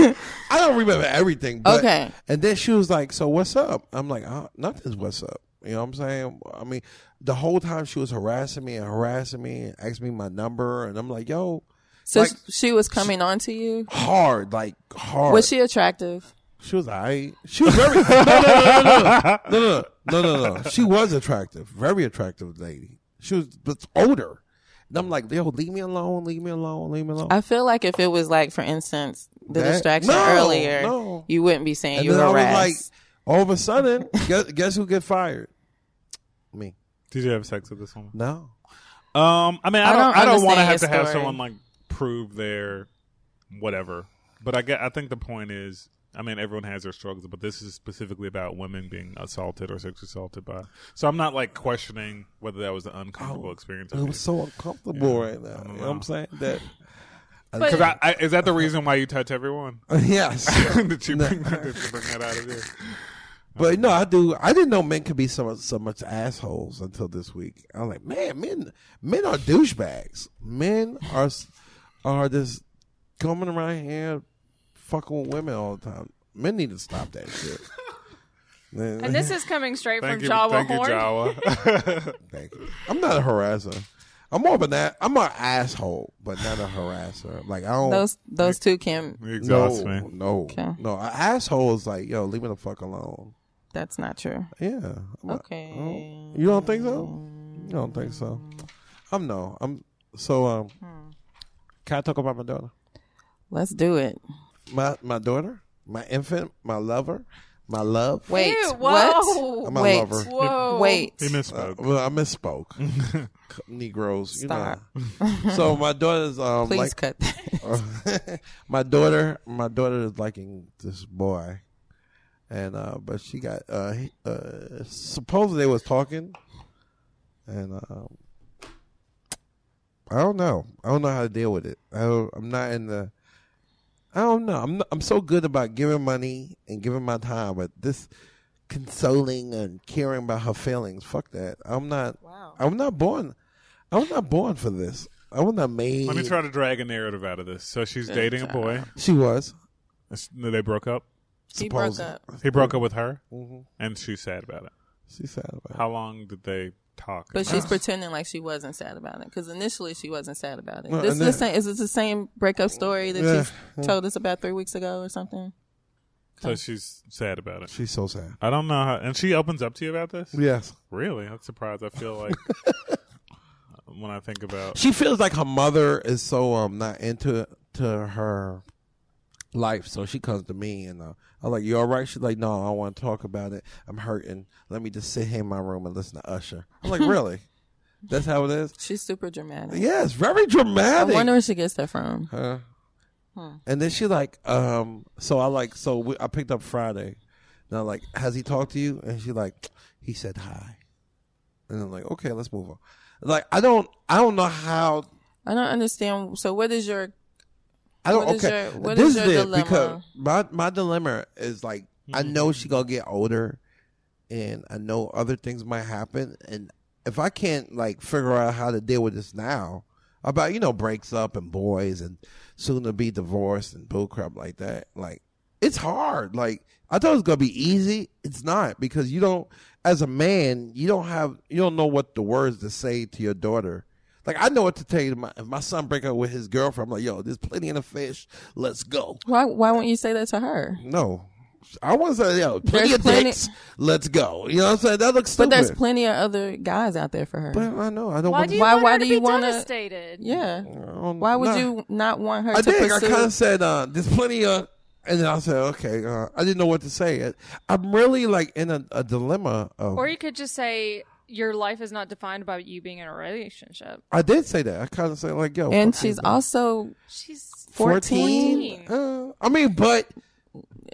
Speaker 3: no. I don't remember everything. But,
Speaker 4: Okay.
Speaker 3: And then she was like, "So what's up?" I'm like, uh, "Nothing's what's up." You know what I'm saying? I mean, the whole time she was harassing me and harassing me and asking me my number, and I'm like, "Yo,
Speaker 4: So
Speaker 3: Like-
Speaker 4: sh- she was coming on to you.
Speaker 3: hard, like hard.
Speaker 4: Was she attractive?
Speaker 3: She was alright. She was very <laughs> no, no, no, no, no, no, no, no, no. She was attractive, very attractive lady. She was but older, and I'm like, yo, leave me alone, leave me alone, leave me alone.
Speaker 4: I feel like if it was like, for instance, the
Speaker 3: That-
Speaker 4: distraction
Speaker 3: No,
Speaker 4: earlier,
Speaker 3: no.
Speaker 4: you wouldn't be saying
Speaker 3: and
Speaker 4: you were
Speaker 3: then I was like,
Speaker 4: harassed.
Speaker 3: all of a sudden, guess, guess who get fired? Me.
Speaker 5: Did you have sex with this woman?
Speaker 3: No.
Speaker 5: Um, I mean, I
Speaker 4: I
Speaker 5: don't,
Speaker 4: don't
Speaker 5: I don't want to
Speaker 4: understand
Speaker 5: have to
Speaker 4: your
Speaker 5: have
Speaker 4: story.
Speaker 5: someone like prove their whatever. But I get, I think the point is, I mean, everyone has their struggles, but this is specifically about women being assaulted or sex assaulted by. So I'm not like questioning whether that was an uncomfortable experience.
Speaker 3: Oh, It was so uncomfortable right now. You know what I'm saying? That <laughs>
Speaker 5: Because I, I, is that the reason why you touch everyone? <laughs>
Speaker 3: yes. <laughs>
Speaker 5: did, you bring, that- did you bring that out of there?
Speaker 3: But no, I do. I didn't know men could be so much, so much assholes until this week. I'm like, man, men, men are douchebags. Men are s- are just coming around here fucking with women all the time. Men need to stop that shit. Man,
Speaker 6: and this is coming straight
Speaker 5: Thank
Speaker 6: from
Speaker 5: you,
Speaker 6: Jawa
Speaker 5: thank you,
Speaker 6: Horn.
Speaker 5: Jawa.
Speaker 3: <laughs>
Speaker 5: <laughs>
Speaker 3: thank you. I'm not a harasser. I'm more of an a- I'm an asshole, but not a harasser. Like I don't.
Speaker 4: Those those two can.
Speaker 5: you
Speaker 3: no,
Speaker 5: exhaust me.
Speaker 3: no,
Speaker 4: Okay.
Speaker 3: no. An asshole is like, yo, leave me the fuck alone.
Speaker 4: That's not true.
Speaker 3: Yeah. Oh. I'm a-
Speaker 4: Okay.
Speaker 3: You don't think so? You don't think so? I'm no. I'm so. Um, can I talk about my daughter?
Speaker 4: Let's do it.
Speaker 3: My my daughter, my infant, my lover, my love.
Speaker 4: Wait.
Speaker 6: Ew, whoa.
Speaker 4: what?
Speaker 3: I'm a
Speaker 4: Wait.
Speaker 3: lover.
Speaker 6: Whoa.
Speaker 4: Wait.
Speaker 5: He
Speaker 3: Uh,
Speaker 5: misspoke.
Speaker 3: well, I misspoke. <laughs> Negroes, you
Speaker 4: Stop.
Speaker 3: know. So my daughter's um
Speaker 4: Please
Speaker 3: like
Speaker 4: cut. that.
Speaker 3: <laughs> my daughter, my daughter is liking this boy, and uh but she got uh, he- uh supposedly they was talking, and um I don't know, I don't know how to deal with it. I don't, I'm not in the, I don't know. I'm not, I'm so good about giving money and giving my time, but this consoling and caring about her feelings, fuck that. I'm not.
Speaker 4: Wow.
Speaker 3: I'm not born. I'm not born for this. I was not made.
Speaker 5: Let me try to drag a narrative out of this. So she's dating a boy.
Speaker 3: She was.
Speaker 5: It's- They broke up.
Speaker 4: He broke
Speaker 3: supposedly.
Speaker 4: up,
Speaker 5: He broke up with her,
Speaker 3: hmm
Speaker 5: and she's sad about it.
Speaker 3: She's sad about
Speaker 5: How long did they talk?
Speaker 4: but
Speaker 3: Uh-huh.
Speaker 4: she's pretending like she wasn't sad about it because initially she wasn't sad about it.
Speaker 3: Well,
Speaker 4: this
Speaker 3: and
Speaker 4: the
Speaker 3: then-
Speaker 4: same. Is it the same breakup story that
Speaker 3: Yeah.
Speaker 4: she told us about three weeks ago or something?
Speaker 5: So she's sad about it.
Speaker 3: She's so sad.
Speaker 5: I don't know how. And she opens up to you about this?
Speaker 3: Yes.
Speaker 5: Really? I'm surprised. I feel like
Speaker 3: <laughs>
Speaker 5: when I think about.
Speaker 3: She feels like her mother is so um not into to her life, so she comes to me and uh, I'm like, "You all right?" She's like, "No, I don't want to talk about it. I'm hurting. Let me just sit here in my room and listen to Usher." I'm like, "Really? That's how it is?"
Speaker 4: She's super dramatic.
Speaker 3: Yeah, it's very
Speaker 4: I
Speaker 3: dramatic.
Speaker 4: wonder where she gets that from.
Speaker 3: Huh. And then she like, um, so I like, so we, I picked up Friday. And I'm like, has he talked to you? And she like, he said hi. And I'm like, okay, let's move on. Like, I don't, I don't know how.
Speaker 4: I don't understand. So what is your
Speaker 3: I don't.
Speaker 4: What is
Speaker 3: okay,
Speaker 4: your- what
Speaker 3: this
Speaker 4: is your
Speaker 3: it
Speaker 4: dilemma?
Speaker 3: because my my dilemma is like, I know she gonna get older, and I know other things might happen, and if I can't like figure out how to deal with this now, about you know breaks up and boys and soon to be divorced and bullcrap like that, like it's hard. Like I thought it was gonna be easy. It's not because you don't, as a man, you don't have, you don't know what the words to say to your daughter. Like I know what to tell you. To my, if my son break up with his girlfriend, I'm like, yo, there's plenty in the fish. Let's go.
Speaker 4: why? Why won't you say that to her?
Speaker 3: No, I want to say, yo, plenty
Speaker 4: There's
Speaker 3: of
Speaker 4: plenty-
Speaker 3: dicks. Let's go. You know what I'm saying? That looks
Speaker 4: But
Speaker 3: stupid.
Speaker 4: there's plenty of other guys out there for her.
Speaker 3: But I know I don't.
Speaker 6: Why
Speaker 3: want
Speaker 6: do you
Speaker 4: Why-
Speaker 6: want
Speaker 4: why
Speaker 6: her
Speaker 4: do
Speaker 6: to be
Speaker 4: you wanna-
Speaker 6: devastated?
Speaker 4: yeah.
Speaker 3: I don't-
Speaker 4: Why would
Speaker 3: nah.
Speaker 4: you not want her
Speaker 3: I
Speaker 4: to
Speaker 3: did. I
Speaker 4: pursue?
Speaker 3: kind of said, uh, "There's plenty of," and then I said, "Okay." Uh, I didn't know what to say. I- I'm really like in a, a dilemma. Of,
Speaker 6: Or you could just say your life is not defined by you being in a relationship.
Speaker 3: I did say that. I kind of said like, "Yo,"
Speaker 4: and
Speaker 3: fuck
Speaker 4: she's
Speaker 3: you, man.
Speaker 4: also
Speaker 6: She's
Speaker 4: 14?
Speaker 3: Uh, I mean, but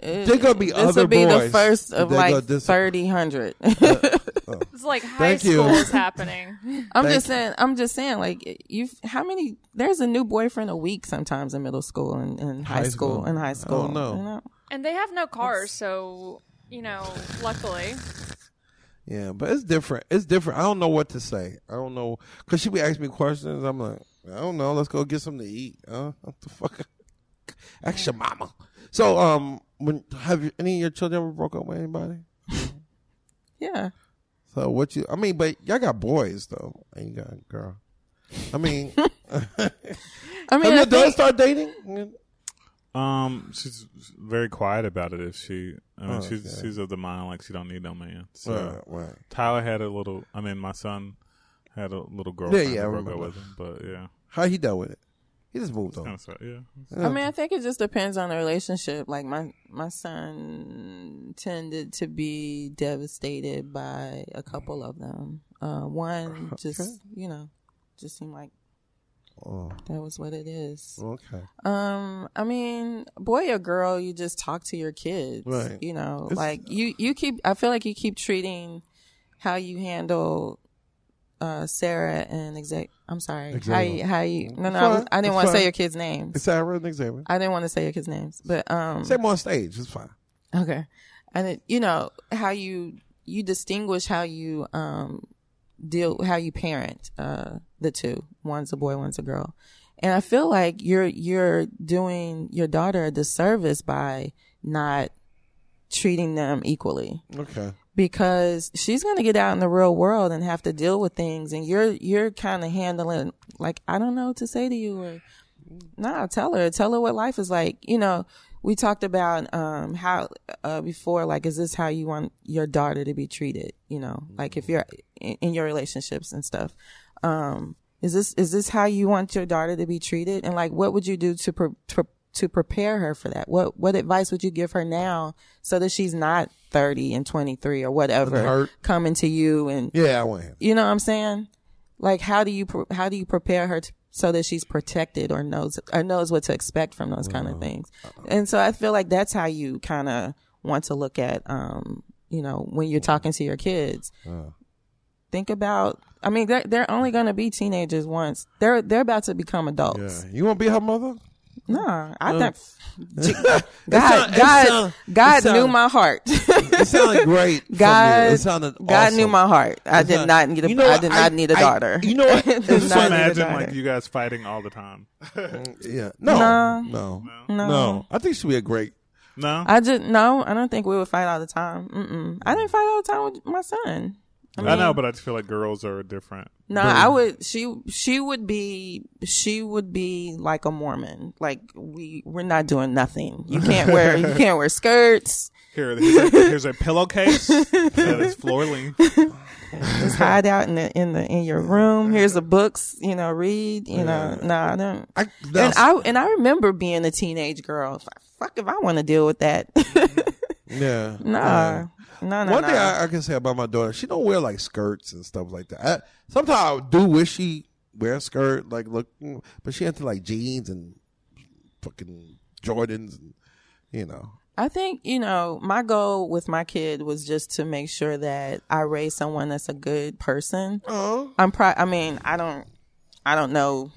Speaker 4: there
Speaker 3: There gonna be
Speaker 4: Uh, this
Speaker 3: other
Speaker 4: will be the
Speaker 3: boys
Speaker 4: first of
Speaker 3: that go
Speaker 4: like
Speaker 3: dis-
Speaker 4: thirty hundred.
Speaker 6: It's like high
Speaker 3: Thank you.
Speaker 6: school
Speaker 4: <laughs>
Speaker 6: is happening.
Speaker 4: I'm
Speaker 3: Thank
Speaker 4: just
Speaker 3: you.
Speaker 4: saying. I'm just saying. Like you, how many? There's a new boyfriend a week sometimes in middle school and, and high,
Speaker 3: High
Speaker 4: school
Speaker 3: school.
Speaker 4: and high
Speaker 3: I
Speaker 4: school.
Speaker 3: don't know.
Speaker 4: You know?
Speaker 6: and they have no cars, so you know, luckily.
Speaker 3: yeah, but it's different. It's different. I don't know what to say. I don't know because she be asking me questions. I'm like, I don't know. Let's go get something to eat. Uh, what the fuck? <laughs> Ask your mama. So, um, when have you, any of your children ever broke up with anybody?
Speaker 4: Yeah.
Speaker 3: So what you? I mean, but y'all got boys though, and you got a girl. I
Speaker 4: <laughs>
Speaker 3: mean, have
Speaker 4: I mean, I
Speaker 3: your
Speaker 4: think-
Speaker 3: daughter start dating?
Speaker 5: Um, she's very quiet about it. If she, I mean,
Speaker 3: Oh,
Speaker 5: she's
Speaker 3: okay.
Speaker 5: she's of the mind like she don't need no man. So
Speaker 3: Right, right.
Speaker 5: Tyler had a little. I mean, my son had a little girlfriend.
Speaker 3: yeah, I
Speaker 5: who broke up
Speaker 3: remember.
Speaker 5: with him, but yeah,
Speaker 3: How he dealt with it? He just moved
Speaker 5: kind
Speaker 3: on.
Speaker 5: of sad. Yeah,
Speaker 4: I mean, I think it just depends on the relationship. Like my my son tended to be devastated by a couple of them. Uh, one just you know, just seemed like
Speaker 3: Oh,
Speaker 4: that was what it is.
Speaker 3: okay.
Speaker 4: Um, I mean, boy or girl, you just talk to your kids.
Speaker 3: Right.
Speaker 4: You know,
Speaker 3: It's-
Speaker 4: like you you keep. I feel like you keep treating how you handle. Uh, Sarah and exact. I'm sorry. How
Speaker 3: Xavier.
Speaker 4: you? How you? No,
Speaker 3: It's
Speaker 4: no. I, was,
Speaker 3: fine.
Speaker 4: I didn't
Speaker 3: It's
Speaker 4: want to say
Speaker 3: fine.
Speaker 4: your kids' names.
Speaker 3: It's Sarah and Xavier.
Speaker 4: I didn't want to say your kids' names, but um,
Speaker 3: Same on stage. It's fine.
Speaker 4: okay, and it, you know how you you distinguish how you um deal how you parent uh the two one's a boy one's a girl and i feel like you're you're doing your daughter a disservice by not treating them equally
Speaker 3: Okay.
Speaker 4: because she's going to get out in the real world and have to deal with things and you're you're kind of handling like I don't know what to say to you or nah, tell her tell her what life is like you know we talked about um how uh before like is this how you want your daughter to be treated you know like if you're in, in your relationships and stuff um is this is this how you want your daughter to be treated and like what would you do to pre- to, to prepare her for that what what advice would you give her now so that she's not 30 and 23 or whatever
Speaker 3: And hurt.
Speaker 4: coming to you and
Speaker 3: Yeah, I went. Him.
Speaker 4: you know what i'm saying like how do you pre- how do you prepare her to, so that she's protected or knows or knows what to expect from those kind of things and so i feel like that's how you kind of want to look at um you know when you're talking to your kids think about i mean they're, they're only going to be teenagers once they're they're about to become adults
Speaker 3: Yeah. You want to be her mother?
Speaker 4: nah i think
Speaker 3: <laughs> sound-
Speaker 4: god
Speaker 3: it
Speaker 4: god
Speaker 3: sound- it
Speaker 4: god knew
Speaker 3: sound-
Speaker 4: my heart <laughs>
Speaker 3: It sounded great. from you.
Speaker 4: God,
Speaker 3: it sounded
Speaker 4: God knew
Speaker 3: awesome.
Speaker 4: my heart. I did
Speaker 3: sound-
Speaker 4: not need a.
Speaker 3: You know
Speaker 4: I
Speaker 3: what?
Speaker 4: did
Speaker 3: I-
Speaker 4: not need a
Speaker 3: I-
Speaker 4: daughter.
Speaker 3: you know
Speaker 4: <laughs>
Speaker 3: what? It's
Speaker 4: Did not
Speaker 5: just
Speaker 4: need a
Speaker 5: imagine
Speaker 4: daughter.
Speaker 5: like you guys fighting all the time.
Speaker 3: Yeah. No.
Speaker 4: No.
Speaker 3: No.
Speaker 4: No.
Speaker 3: I think she'd be a great.
Speaker 5: No,
Speaker 4: I just no. I don't think we would fight all the time. Mm-mm. I didn't fight all the time with my son.
Speaker 5: I, know, but I just feel like girls are different.
Speaker 4: No, I would. She she would be she would be like a Mormon. Like we we're not doing nothing. You can't wear
Speaker 3: <laughs>
Speaker 4: you can't wear skirts.
Speaker 5: Here, here's a,
Speaker 4: <laughs>
Speaker 5: here's a pillowcase that is floor length.
Speaker 4: Just hide out in the in the in your room. Here's the books. You know, read. You know, no, I don't.
Speaker 3: I,
Speaker 4: and
Speaker 3: that's-
Speaker 4: I and I remember being a teenage girl. It's like, fuck if I want to deal with that. <laughs>
Speaker 3: yeah.
Speaker 4: nah, no, no,
Speaker 3: One
Speaker 4: no.
Speaker 3: thing I, I can say about my daughter, she don't wear like skirts and stuff like that. I, sometimes I do wish she wear a skirt, like look, mm, but she into like jeans and fucking Jordans, and, you know.
Speaker 4: I think, you know, my goal with my kid was just to make sure that I raise someone that's a good person.
Speaker 3: Oh,
Speaker 4: I'm pro I mean, I don't I don't know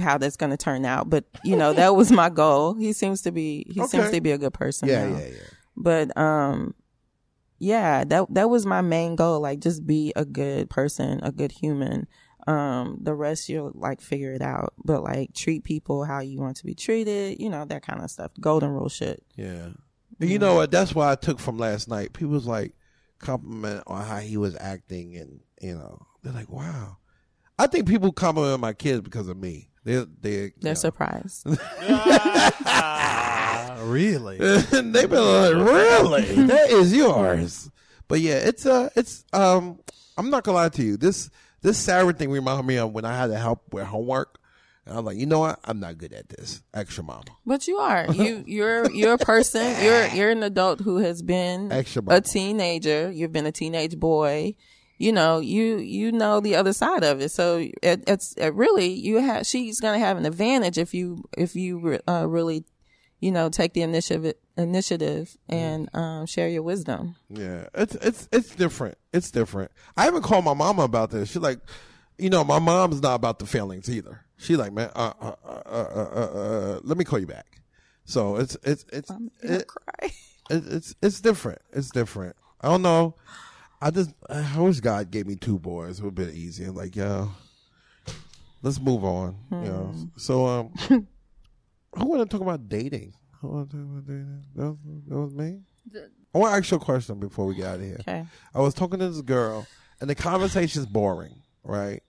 Speaker 4: how that's going to turn out, but you know, that was my goal. He seems to be he seems
Speaker 3: Okay.
Speaker 4: to be a good person.
Speaker 3: yeah,
Speaker 4: now.
Speaker 3: yeah, yeah.
Speaker 4: But um yeah, that that was my main goal, like just be a good person, a good human. Um the rest you'll like figure it out, but like treat people how you want to be treated, you know, that kind of stuff. Golden rule shit.
Speaker 3: Yeah. You know what? That's why I took from last night. People was like compliment on how he was acting, and you know, they're like, "Wow." I think people compliment my kids because of me. They they
Speaker 4: They're
Speaker 3: you know.
Speaker 4: surprised.
Speaker 3: Ah,
Speaker 5: really?
Speaker 3: and <laughs> they been like, "Really? that is yours." But yeah, it's uh it's um I'm not gonna lie to you. This this Saturday thing reminded me of when I had to help with homework. And I'm like, you know what? I'm not good at this. Extra mama.
Speaker 4: But you are
Speaker 3: <laughs>
Speaker 4: you you're you're a person you're you're an adult who has been
Speaker 3: Extra
Speaker 4: a
Speaker 3: bubble.
Speaker 4: teenager. You've been a teenage boy. You know you you know the other side of it. So it, it's it really you have she's gonna have an advantage if you if you re- uh, really you know take the initiative initiative
Speaker 3: Mm-hmm.
Speaker 4: and um, share your wisdom.
Speaker 3: Yeah, it's it's it's different. It's different. I haven't called my mama about this. She like, you know, my mom's not about the feelings either. She like, man, uh, uh, uh, uh, uh, uh, let me call you back. So it's it's it's it,
Speaker 4: Cry.
Speaker 3: it, it's it's different. It's different. I don't know. I just I wish God gave me two boys. It would have been easier. Like yo, let's move on. You know. So um, <laughs> I want to talk about dating. I want to talk about dating. That was, that was me. I want to ask you a question before we get out of here.
Speaker 4: <laughs> Okay.
Speaker 3: I was talking to this girl, and the conversation's boring, right?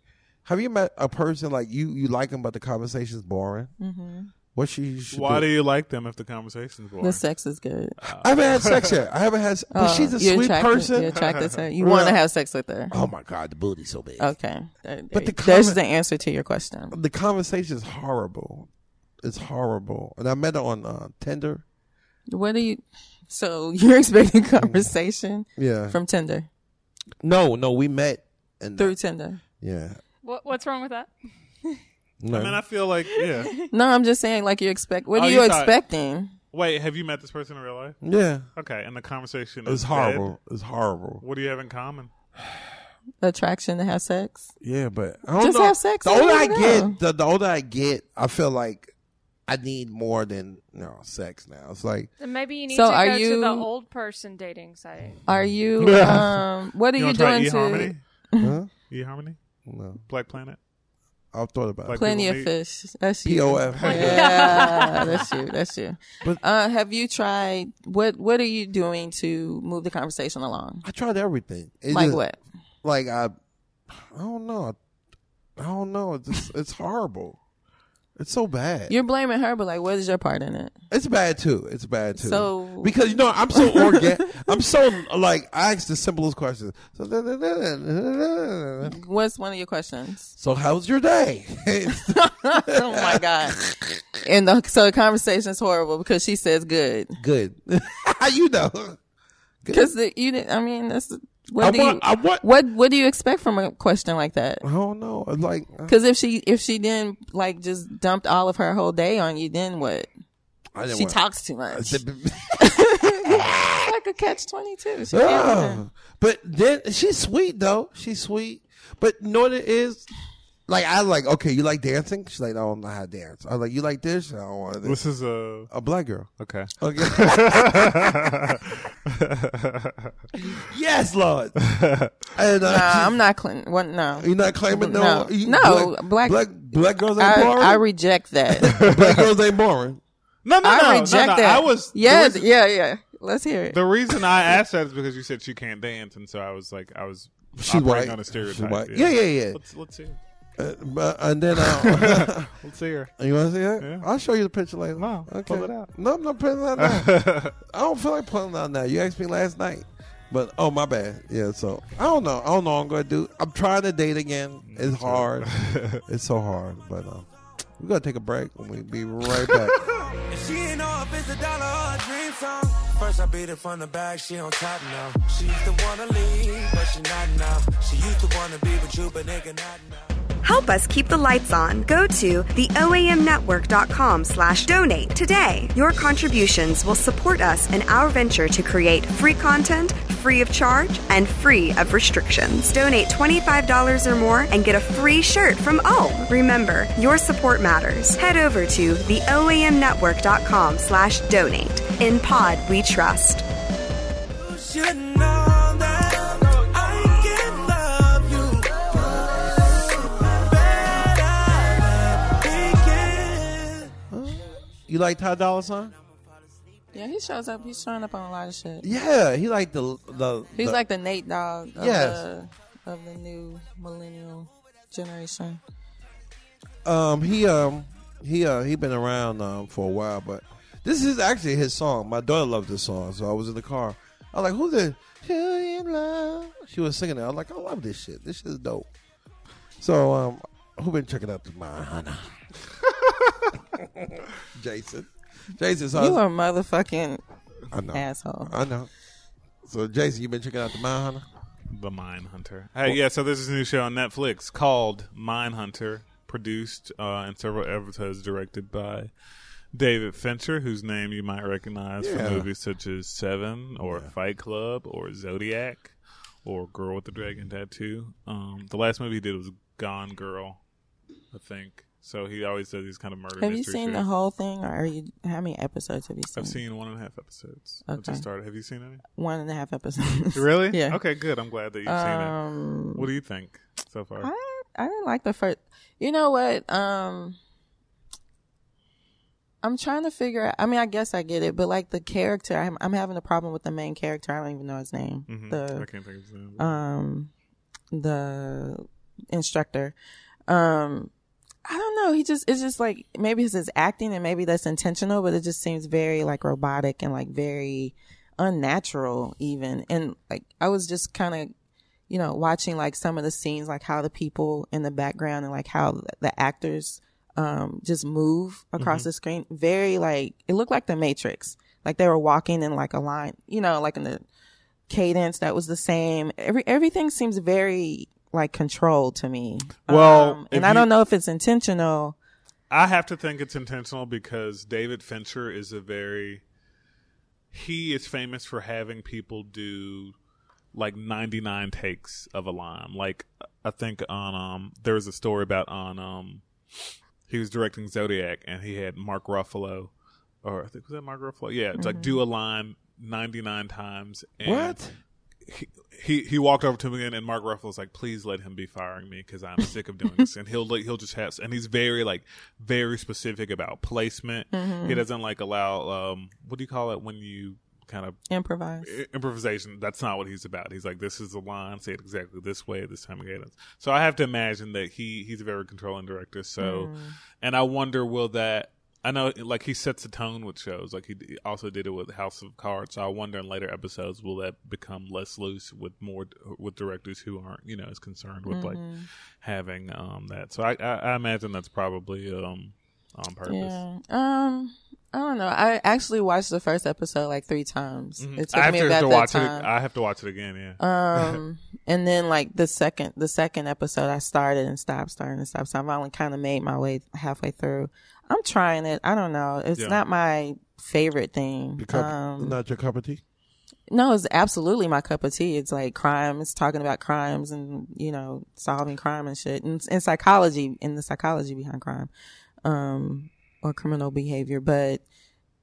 Speaker 3: Have you met a person like you? You like them, but the conversation's boring. Mm-hmm. What she should
Speaker 5: Why
Speaker 3: do?
Speaker 5: do you like them if the conversation's boring?
Speaker 4: The sex is good.
Speaker 3: I haven't had sex yet. I haven't had. But
Speaker 4: Uh,
Speaker 3: she's a
Speaker 4: you're
Speaker 3: sweet
Speaker 4: attracted-
Speaker 3: person.
Speaker 4: You're attracted to her. You want to
Speaker 3: Right.
Speaker 4: have sex with her.
Speaker 3: Oh my god, the booty's so big.
Speaker 4: Okay. There-
Speaker 3: But the
Speaker 4: there's
Speaker 3: comment-
Speaker 4: the answer to your question.
Speaker 3: the conversation is horrible. It's horrible. And I met her on uh, Tinder.
Speaker 4: What are you? So <laughs> you're expecting
Speaker 3: Mm.
Speaker 4: conversation
Speaker 3: Yeah.
Speaker 4: from Tinder
Speaker 3: no, no, we met and
Speaker 4: through Tinder?
Speaker 3: yeah.
Speaker 6: What, what's wrong with that?
Speaker 3: No.
Speaker 5: I mean, I feel like yeah.
Speaker 4: No, I'm just saying, like you expect. What
Speaker 5: Oh,
Speaker 4: are
Speaker 5: you
Speaker 4: you,
Speaker 5: thought-
Speaker 4: expecting?
Speaker 5: Wait, have you met this person in real life?
Speaker 3: yeah.
Speaker 5: Okay, and the conversation
Speaker 3: It was
Speaker 5: is
Speaker 3: horrible.
Speaker 5: dead?
Speaker 3: It was horrible.
Speaker 5: What do you have in common?
Speaker 4: Attraction to have sex?
Speaker 3: Yeah, but I don't
Speaker 4: Just
Speaker 3: know.
Speaker 4: have sex,
Speaker 3: The
Speaker 4: I
Speaker 3: older I
Speaker 4: don't know.
Speaker 3: get, the, the older I get, I feel like I need more than you know, sex now. It's like
Speaker 6: Then maybe you need
Speaker 4: So
Speaker 6: to
Speaker 4: are
Speaker 6: go to
Speaker 4: you-
Speaker 6: the old person dating site.
Speaker 4: Are you?
Speaker 5: <laughs>
Speaker 4: um What are you,
Speaker 5: you
Speaker 4: doing
Speaker 5: wanna try
Speaker 4: to?
Speaker 5: eHarmony?
Speaker 3: huh?
Speaker 5: eHarmony?
Speaker 3: No.
Speaker 5: Black Planet?
Speaker 3: I've thought about
Speaker 5: Like-
Speaker 3: it.
Speaker 4: Plenty of
Speaker 5: People
Speaker 4: fish. That's you.
Speaker 3: POF.
Speaker 4: <laughs> Yeah, that's you. That's you.
Speaker 3: But-
Speaker 4: uh, have you tried? What What are you doing to move the conversation along?
Speaker 3: I tried everything. It
Speaker 4: like
Speaker 3: just-
Speaker 4: what?
Speaker 3: Like I I don't know. I don't know. It's just, it's horrible. It's so bad.
Speaker 4: You're blaming her, but like, what is your part in it?
Speaker 3: It's bad too. It's bad too.
Speaker 4: So-
Speaker 3: because you know I'm so organic. I'm so like I ask the simplest questions. So,
Speaker 4: What's one of your questions?
Speaker 3: so how's your day? <laughs>
Speaker 4: oh my god! And the, so the conversation's horrible because she says good
Speaker 3: Good. <laughs> How you know?
Speaker 4: because you didn't. I mean, that's what
Speaker 3: I
Speaker 4: do
Speaker 3: want-
Speaker 4: you
Speaker 3: I want-
Speaker 4: what what do you expect from a question like that?
Speaker 3: I don't know. Like
Speaker 4: Because if she if she didn't like just dumped all of her whole day on you, then what?
Speaker 3: I didn't
Speaker 4: She
Speaker 3: want-
Speaker 4: talks too much. like a catch twenty two.
Speaker 3: Ah. but then she's sweet though. She's sweet. But you know what it is? Like I like. Okay, you like dancing? She's like, I don't know how to dance. I like you like this. I don't want this.
Speaker 5: This is a
Speaker 3: A black girl.
Speaker 5: okay. <laughs>
Speaker 3: Okay. yes, Lord. And, uh,
Speaker 4: Nah, I'm not Clinton. What? No,
Speaker 3: You're not claiming no,
Speaker 4: No.
Speaker 3: you-
Speaker 4: No, black-
Speaker 3: black black girls ain't
Speaker 4: I,
Speaker 3: boring.
Speaker 4: I reject
Speaker 5: <laughs>
Speaker 4: that.
Speaker 3: black girls ain't boring.
Speaker 5: No, no, no,
Speaker 4: I
Speaker 5: no,
Speaker 4: reject
Speaker 5: no.
Speaker 4: that.
Speaker 5: I was
Speaker 4: yeah,
Speaker 5: The reason,
Speaker 4: yeah, yeah. Let's hear it.
Speaker 5: the reason I asked that is because you said she can't dance, and so I was like, I was
Speaker 3: She's
Speaker 5: operating
Speaker 3: white.
Speaker 5: on a stereotype.
Speaker 3: She's white. Yeah, yeah, yeah.
Speaker 5: Let's let's see. her.
Speaker 3: Uh, but, and then
Speaker 5: <laughs>
Speaker 3: uh,
Speaker 5: Let's see her.
Speaker 3: you want to see that?
Speaker 5: Yeah.
Speaker 3: I'll show you the picture later.
Speaker 5: No, pull it out.
Speaker 3: No, I'm not pulling it out now. <laughs> I don't feel like pulling it out now. You asked me last night, but oh my bad. Yeah, so I don't know. I don't know. What I'm gonna do. I'm trying to date again. It's <laughs> hard. it's so hard. But um, we're gonna take a break and we'll be right <laughs> back.
Speaker 9: She ain't know if it's a dollar or a dream song. First I beat it from the back, she on top now. She used to wanna leave, but she not now. She used to wanna be with you, but nigga not now.
Speaker 2: Help us keep the lights on. Go to theoamnetwork.com slash donate today. Your contributions will support us in our venture to create free content, free of charge, and free of restrictions. Donate $25 or more and get a free shirt from Ohm. Remember, your support matters. Head over to theoamnetwork.com slash donate. In pod, we trust.
Speaker 9: You should know that I can love you better than thinking.
Speaker 3: You like Ty Dolla Sign?
Speaker 4: Yeah, he shows up. He's showing up on a lot of shit.
Speaker 3: Yeah, he like the the.
Speaker 4: He's
Speaker 3: the-
Speaker 4: like the Nate Dogg of,
Speaker 3: Yes.
Speaker 4: the, of the new millennial generation.
Speaker 3: um he um he uh he been around um for a while, but this is actually his song. My daughter loved this song, so I was in the car. I was like, who's this? Helium Love. She was singing it. I was like, I love this shit. This shit is dope. So um, who been checking out the mine? <laughs> Jason, Jason, so I
Speaker 4: You
Speaker 3: was-
Speaker 4: are a motherfucking
Speaker 3: Uh, I know,
Speaker 4: asshole.
Speaker 3: I know. So Jason, you been checking out the mine?
Speaker 5: The Mine Hunter. Hey, yeah. So this is a new show on Netflix called Mine Hunter, produced uh, and several episodes directed by David Fincher, whose name you might recognize
Speaker 3: Yeah.
Speaker 5: from movies such as Seven or Fight Club or Zodiac or Girl with the Dragon Tattoo. Um, the last movie he did was Gone Girl, I think. So he always does these kind of murder.
Speaker 4: Have you
Speaker 5: mystery
Speaker 4: seen the
Speaker 5: shows.
Speaker 4: whole thing, or are you? How many episodes have you seen?
Speaker 5: I've seen one and a half episodes. I
Speaker 4: Okay.
Speaker 5: just started. Have you seen any?
Speaker 4: one and a half episodes.
Speaker 5: <laughs> Really?
Speaker 4: Yeah.
Speaker 5: Okay, good. I'm glad that you've seen it. What do you think so far?
Speaker 4: Um, I I didn't like the first. You know what? Um, I'm trying to figure. out I mean, I guess I get it, but like the character, I'm I'm having a problem with the main character. I don't even know his name.
Speaker 5: Mhm. I
Speaker 4: The
Speaker 5: can't think of his name.
Speaker 4: um, the instructor. Um, I don't know. He just it's just like maybe it's his acting, and maybe that's intentional, but it just seems very like robotic and like very unnatural, even. And like I was just kind of you know, watching like some of the scenes, like how the people in the background and like how the actors um just move across
Speaker 5: Mm-hmm.
Speaker 4: the screen. Very like it looked like the Matrix. Like they were walking in like a line, you know, like in the cadence that was the same. Every everything seems very like controlled to me.
Speaker 5: Well,
Speaker 4: Um,
Speaker 5: if
Speaker 4: and I
Speaker 5: you-
Speaker 4: don't know if it's intentional.
Speaker 5: I have to think it's intentional because David Fincher is a very he is famous for having people do like 99 takes of a line. Like I think on um there was a story about on um he was directing Zodiac and he had Mark Ruffalo or I think was that Mark Ruffalo? Yeah, it's like do a line 99 times and
Speaker 3: What?
Speaker 5: he- he he walked over to him again, and Mark Ruffalo's like, "Please let him be firing me because I'm sick of doing this." And he'll like, he'll just have, and he's very like very specific about placement. He doesn't like allow um what do you call it when you kind of
Speaker 4: Improvise.
Speaker 5: i- improvisation. That's not what he's about. He's like, "This is the line. Say it exactly this way at this time of cadence." So I have to imagine that he he's a very controlling director. So,
Speaker 4: Mm.
Speaker 5: and I wonder will that. I know, like he sets the tone with shows. Like he d- also did it with House of Cards. So I wonder in later episodes will that become less loose with more with directors who aren't you know as concerned with
Speaker 4: Mm-hmm.
Speaker 5: like having um that. So I I, I imagine that's probably um on purpose.
Speaker 4: Yeah. Um. I don't know. I actually watched the first episode like three times. It took
Speaker 5: Mm-hmm. I have
Speaker 4: me
Speaker 5: to,
Speaker 4: about
Speaker 5: to
Speaker 4: that
Speaker 5: watch it.
Speaker 4: time.
Speaker 5: I have to watch it again. Yeah.
Speaker 4: Um, <laughs> and then like the second the second episode, I started and stopped, started and stopped. So I've only kind of made my way halfway through. I'm trying it. I don't know. It's
Speaker 5: Yeah.
Speaker 4: not my favorite thing.
Speaker 3: Your cup,
Speaker 4: um,
Speaker 3: not your cup of tea.
Speaker 4: no, it's absolutely my cup of tea. It's like crime. It's talking about crimes and you know solving crime and shit and, and psychology and the psychology behind crime, um, or criminal behavior. But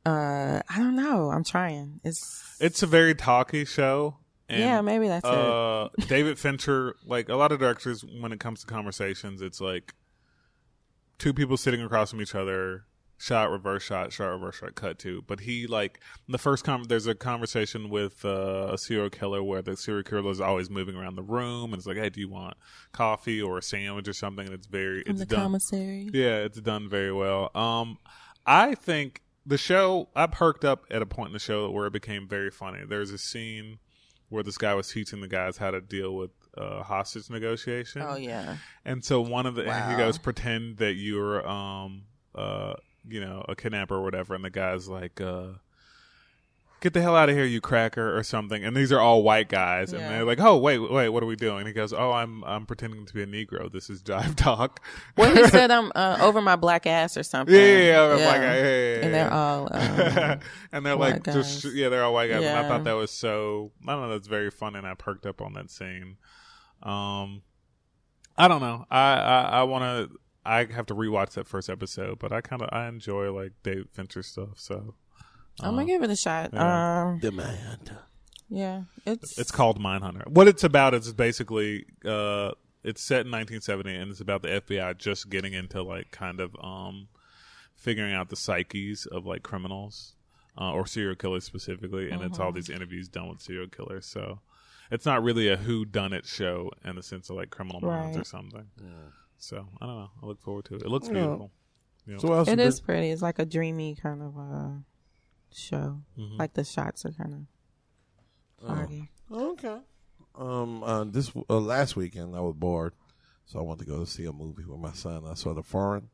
Speaker 4: uh, I don't know. I'm trying. It's
Speaker 5: It's a very talky show. And,
Speaker 4: Yeah, maybe that's it.
Speaker 5: uh, it. David Fincher, like a lot of directors, when it comes to conversations, it's like two people sitting across from each other shot, reverse shot, shot, reverse shot, cut to. But he like the first con there's a conversation with uh, a serial killer where the serial killer is always moving around the room and it's like, hey, do you want coffee or a sandwich or something? And it's very
Speaker 4: From
Speaker 5: it's
Speaker 4: the
Speaker 5: done.
Speaker 4: commissary.
Speaker 5: Yeah, it's done very well. Um, I think the show I perked up at a point in the show where it became very funny. There's a scene where this guy was teaching the guys how to deal with uh, hostage negotiation.
Speaker 4: Oh yeah.
Speaker 5: And so one of the and he
Speaker 4: Wow.
Speaker 5: goes pretend that you're um uh you know a kidnapper or whatever, and the guy's like uh. Get the hell out of here, you cracker, or something. And these are all white guys, and
Speaker 4: Yeah.
Speaker 5: they're like, "Oh, wait, wait, what are we doing?" And he goes, "Oh, I'm I'm pretending to be a Negro. This is Jive Talk."
Speaker 4: Well, he said I'm uh, over my black ass or something.
Speaker 5: Yeah, yeah, yeah, over my black ass. Yeah, yeah, yeah,
Speaker 4: And they're
Speaker 5: yeah.
Speaker 4: all.
Speaker 5: <laughs>
Speaker 4: Um,
Speaker 5: and they're
Speaker 4: White
Speaker 5: like just
Speaker 4: guys.
Speaker 5: yeah, they're all white guys. And I
Speaker 4: Yeah.
Speaker 5: thought that was so I don't know, that's very fun and I perked up on that scene. Um I don't know. I I, I wanna I have to rewatch that first episode, but I kinda I enjoy like Dave Fincher stuff, so
Speaker 4: I'm gonna give it a shot.
Speaker 5: Uh-huh. Yeah.
Speaker 4: Um,
Speaker 3: Demand.
Speaker 4: yeah, it's
Speaker 5: it's called Mindhunter. What it's about is basically uh it's set in 1970 and it's about the FBI just getting into like kind of um figuring out the psyches of like criminals uh, or serial killers specifically and it's all these interviews done with serial killers. So it's not really a who done it show in the sense of like criminal minds or
Speaker 4: Right.
Speaker 5: something. So I don't know. I look forward to it. It looks beautiful.
Speaker 3: So what else?
Speaker 4: it
Speaker 3: you
Speaker 4: is pretty. It's like a dreamy kind of uh, show. Like the shots are kind of foggy.
Speaker 3: been- Okay. Um, uh, this uh, last weekend I was bored, so I wanted to go see a movie with my son. I saw The Foreign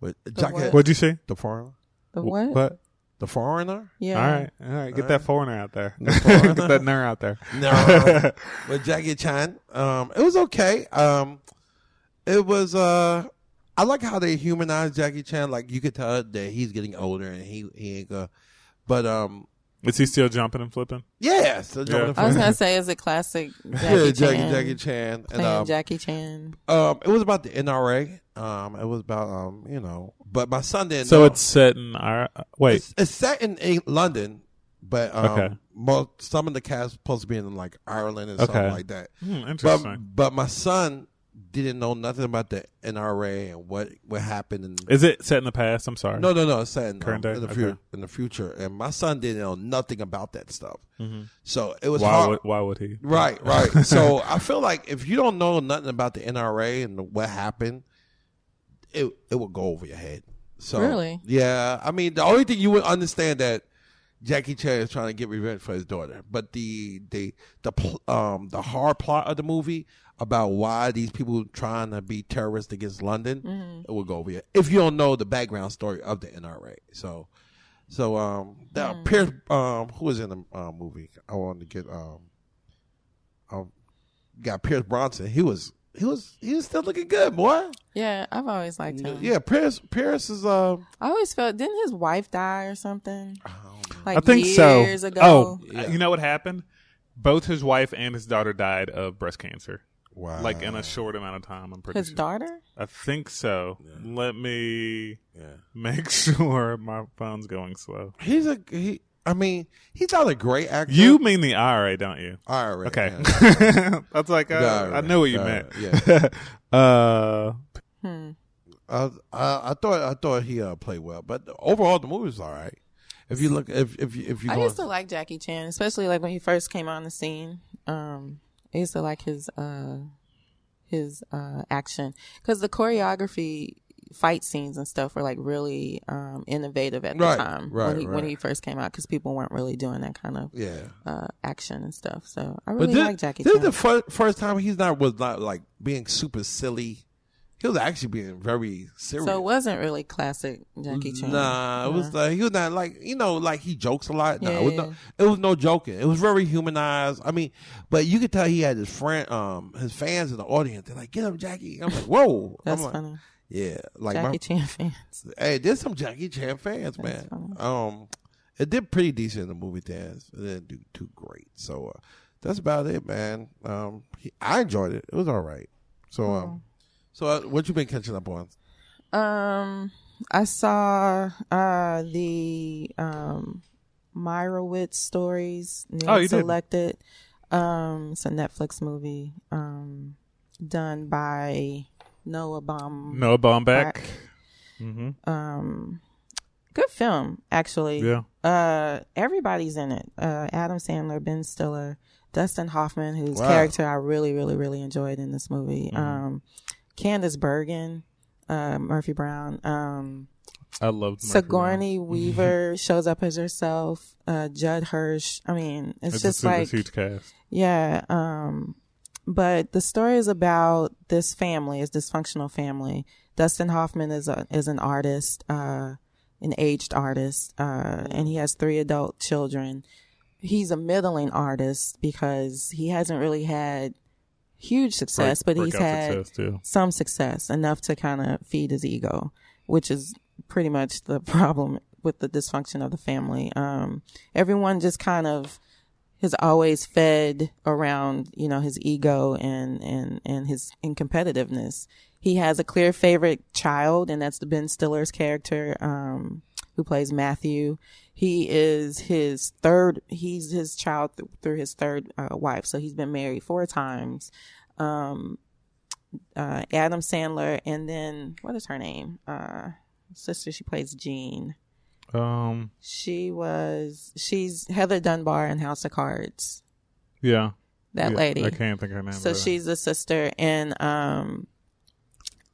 Speaker 3: with Jack.
Speaker 4: what?
Speaker 5: What'd you see?
Speaker 3: The Foreigner.
Speaker 4: The what?
Speaker 3: The Foreigner.
Speaker 4: Yeah.
Speaker 5: All right. All right. Get that foreigner out there.
Speaker 3: foreigner.
Speaker 5: <laughs> Get that nerd out there.
Speaker 3: No, with Jackie Chan. Um, it was okay. Um, it was. Uh, I like how they humanized Jackie Chan. Like you could tell that he's getting older and he he ain't gonna. But um,
Speaker 5: <laughs> Is he still jumping and flipping?
Speaker 3: yeah. So
Speaker 5: Yeah.
Speaker 4: I was gonna say, is it classic Jackie
Speaker 3: yeah, Jackie,
Speaker 4: Chan?
Speaker 3: Jackie Chan. And,
Speaker 4: Playing
Speaker 3: um,
Speaker 4: Jackie Chan.
Speaker 3: um, it was about the NRA. Um, it was about um, you know, but my son didn't.
Speaker 5: So
Speaker 3: know.
Speaker 5: it's set in our wait.
Speaker 3: it's, it's set in Eng- London, but um,
Speaker 5: Okay.
Speaker 3: mo- some of the cast supposed to be in like Ireland and
Speaker 5: Okay.
Speaker 3: something like that.
Speaker 5: Hmm,
Speaker 3: But
Speaker 5: interesting.
Speaker 3: but my son didn't know nothing about the NRA and what what happened. And,
Speaker 5: Is it set in the past? I'm sorry.
Speaker 3: no, no, no. It's set in,
Speaker 5: Current
Speaker 3: um,
Speaker 5: day?
Speaker 3: in the future.
Speaker 5: Okay.
Speaker 3: In the future, and my son didn't know nothing about that stuff.
Speaker 5: Mm-hmm.
Speaker 3: So it was
Speaker 5: Why
Speaker 3: hard.
Speaker 5: would, why would he?
Speaker 3: Right,
Speaker 5: <laughs>
Speaker 3: right. so I feel like if you don't know nothing about the NRA and what happened, it it will go over your head. So
Speaker 4: Really?
Speaker 3: yeah. I mean, the only thing you would understand that Jackie Chan is trying to get revenge for his daughter, but the the the pl- um the hard plot of the movie about why these people trying to be terrorists against London, it will go over your if you don't know the background story of the NRA. So. So um, that Pierce um, who was in the uh, movie? I wanted to get um, um, got Pierce Bronson. He was he was he was still looking good, boy.
Speaker 4: Yeah, I've always liked him.
Speaker 3: Yeah, Pierce Pierce is uh
Speaker 4: I always felt didn't his wife die or something? Like
Speaker 5: I think
Speaker 4: years
Speaker 5: so.
Speaker 4: ago.
Speaker 5: Oh,
Speaker 3: Yeah.
Speaker 5: you know what happened? Both his wife and his daughter died of breast cancer,
Speaker 3: wow.
Speaker 5: like in a short amount of time. I'm pretty
Speaker 4: his
Speaker 5: sure.
Speaker 4: daughter?
Speaker 5: I think so. Let me
Speaker 3: Yeah.
Speaker 5: make <laughs> sure my phone's going slow.
Speaker 3: he's a he. I mean, he's not a great actor.
Speaker 5: You mean the IRA, don't you?
Speaker 3: all right?
Speaker 5: Okay,
Speaker 3: yeah.
Speaker 5: <laughs> that's like uh,
Speaker 3: The IRA,
Speaker 5: I know what you
Speaker 3: the
Speaker 5: meant.
Speaker 3: IRA,
Speaker 5: <laughs> uh,
Speaker 4: Hmm.
Speaker 3: I, Uh, I I thought I thought he uh, played well, but overall the movie's all right. If you look, if if you if you
Speaker 4: I
Speaker 3: go-
Speaker 4: used to like Jackie Chan, especially like when he first came on the scene. Um, I used to like his uh, his uh, action because the choreography, fight scenes and stuff were like really um, innovative at
Speaker 3: Right,
Speaker 4: the time
Speaker 3: right,
Speaker 4: when he when
Speaker 3: right.
Speaker 4: he first came out because people weren't really doing that kind of
Speaker 3: yeah.
Speaker 4: uh, action and stuff. So I
Speaker 3: But
Speaker 4: really
Speaker 3: this,
Speaker 4: like Jackie
Speaker 3: this
Speaker 4: Chan.
Speaker 3: is the fir- first time he's not was not like being super silly. He was actually being very serious.
Speaker 4: so it wasn't really classic Jackie Chan.
Speaker 3: Nah, it was like he was not like you know like he jokes a lot. Nah,
Speaker 4: Yeah,
Speaker 3: it was
Speaker 4: yeah,
Speaker 3: no, it was no joking. It was very humanized. I mean, but you could tell he had his friend, um, his fans in the audience. They're like, "Get him, Jackie!" I'm like, "Whoa!"
Speaker 4: <laughs> That's
Speaker 3: I'm like,
Speaker 4: funny.
Speaker 3: Yeah, like
Speaker 4: Jackie
Speaker 3: my,
Speaker 4: Chan fans.
Speaker 3: hey, there's some Jackie Chan fans,
Speaker 4: That's
Speaker 3: man. Um, it did pretty decent in the movie theaters. It didn't do too great, so uh, that's about it, man. Um, he, I enjoyed it. It was all right. So
Speaker 4: Oh.
Speaker 3: um, so uh, what you been catching up on?
Speaker 4: Um, I saw uh the um Meyerowitz stories. Name
Speaker 5: Oh, you did.
Speaker 4: selected. Um, it's a Netflix movie. Um, done by Noah Baum.
Speaker 5: Noah Baumbach.
Speaker 4: Um, Good film, actually.
Speaker 5: Yeah.
Speaker 4: Uh, everybody's in it. Uh, Adam Sandler, Ben Stiller, Dustin Hoffman, whose
Speaker 3: Wow.
Speaker 4: character I really, really, really enjoyed in this movie.
Speaker 5: Mm-hmm.
Speaker 4: Um, Candace Bergen, uh, Murphy Brown, um,
Speaker 5: I loved Murphy
Speaker 4: Sigourney
Speaker 5: Mm-hmm.
Speaker 4: Weaver shows up as herself. Uh, Judd Hirsch. I mean,
Speaker 5: Brown.
Speaker 4: it's,
Speaker 5: It's,
Speaker 4: just
Speaker 5: a,
Speaker 4: like
Speaker 5: it's a huge cast.
Speaker 4: yeah. Um, but the story is about this family, this dysfunctional family. Dustin Hoffman is a, is an artist, uh, an aged artist, uh, and he has three adult children. He's a middling artist because he hasn't really had huge success,
Speaker 5: Break-
Speaker 4: but he's
Speaker 5: breakout
Speaker 4: had
Speaker 5: success, too.
Speaker 4: some success enough to kind of feed his ego, which is pretty much the <laughs> problem with the dysfunction of the family. Um, everyone just kind of has always fed around, you know, his ego and, and, and his incompetitiveness. He has a clear favorite child, and that's the Ben Stiller's character, um, who plays Matthew. He is his third, he's his child th- through his third uh, wife. So he's been married four times. Um, uh, Adam Sandler, and then what is her name? Uh, sister, she plays Jean.
Speaker 5: Um,
Speaker 4: She was she's Heather Dunbar in House of Cards.
Speaker 5: yeah.
Speaker 4: That
Speaker 5: Yeah,
Speaker 4: lady.
Speaker 5: I can't think of her name.
Speaker 4: So
Speaker 5: but, uh,
Speaker 4: she's the sister, and um,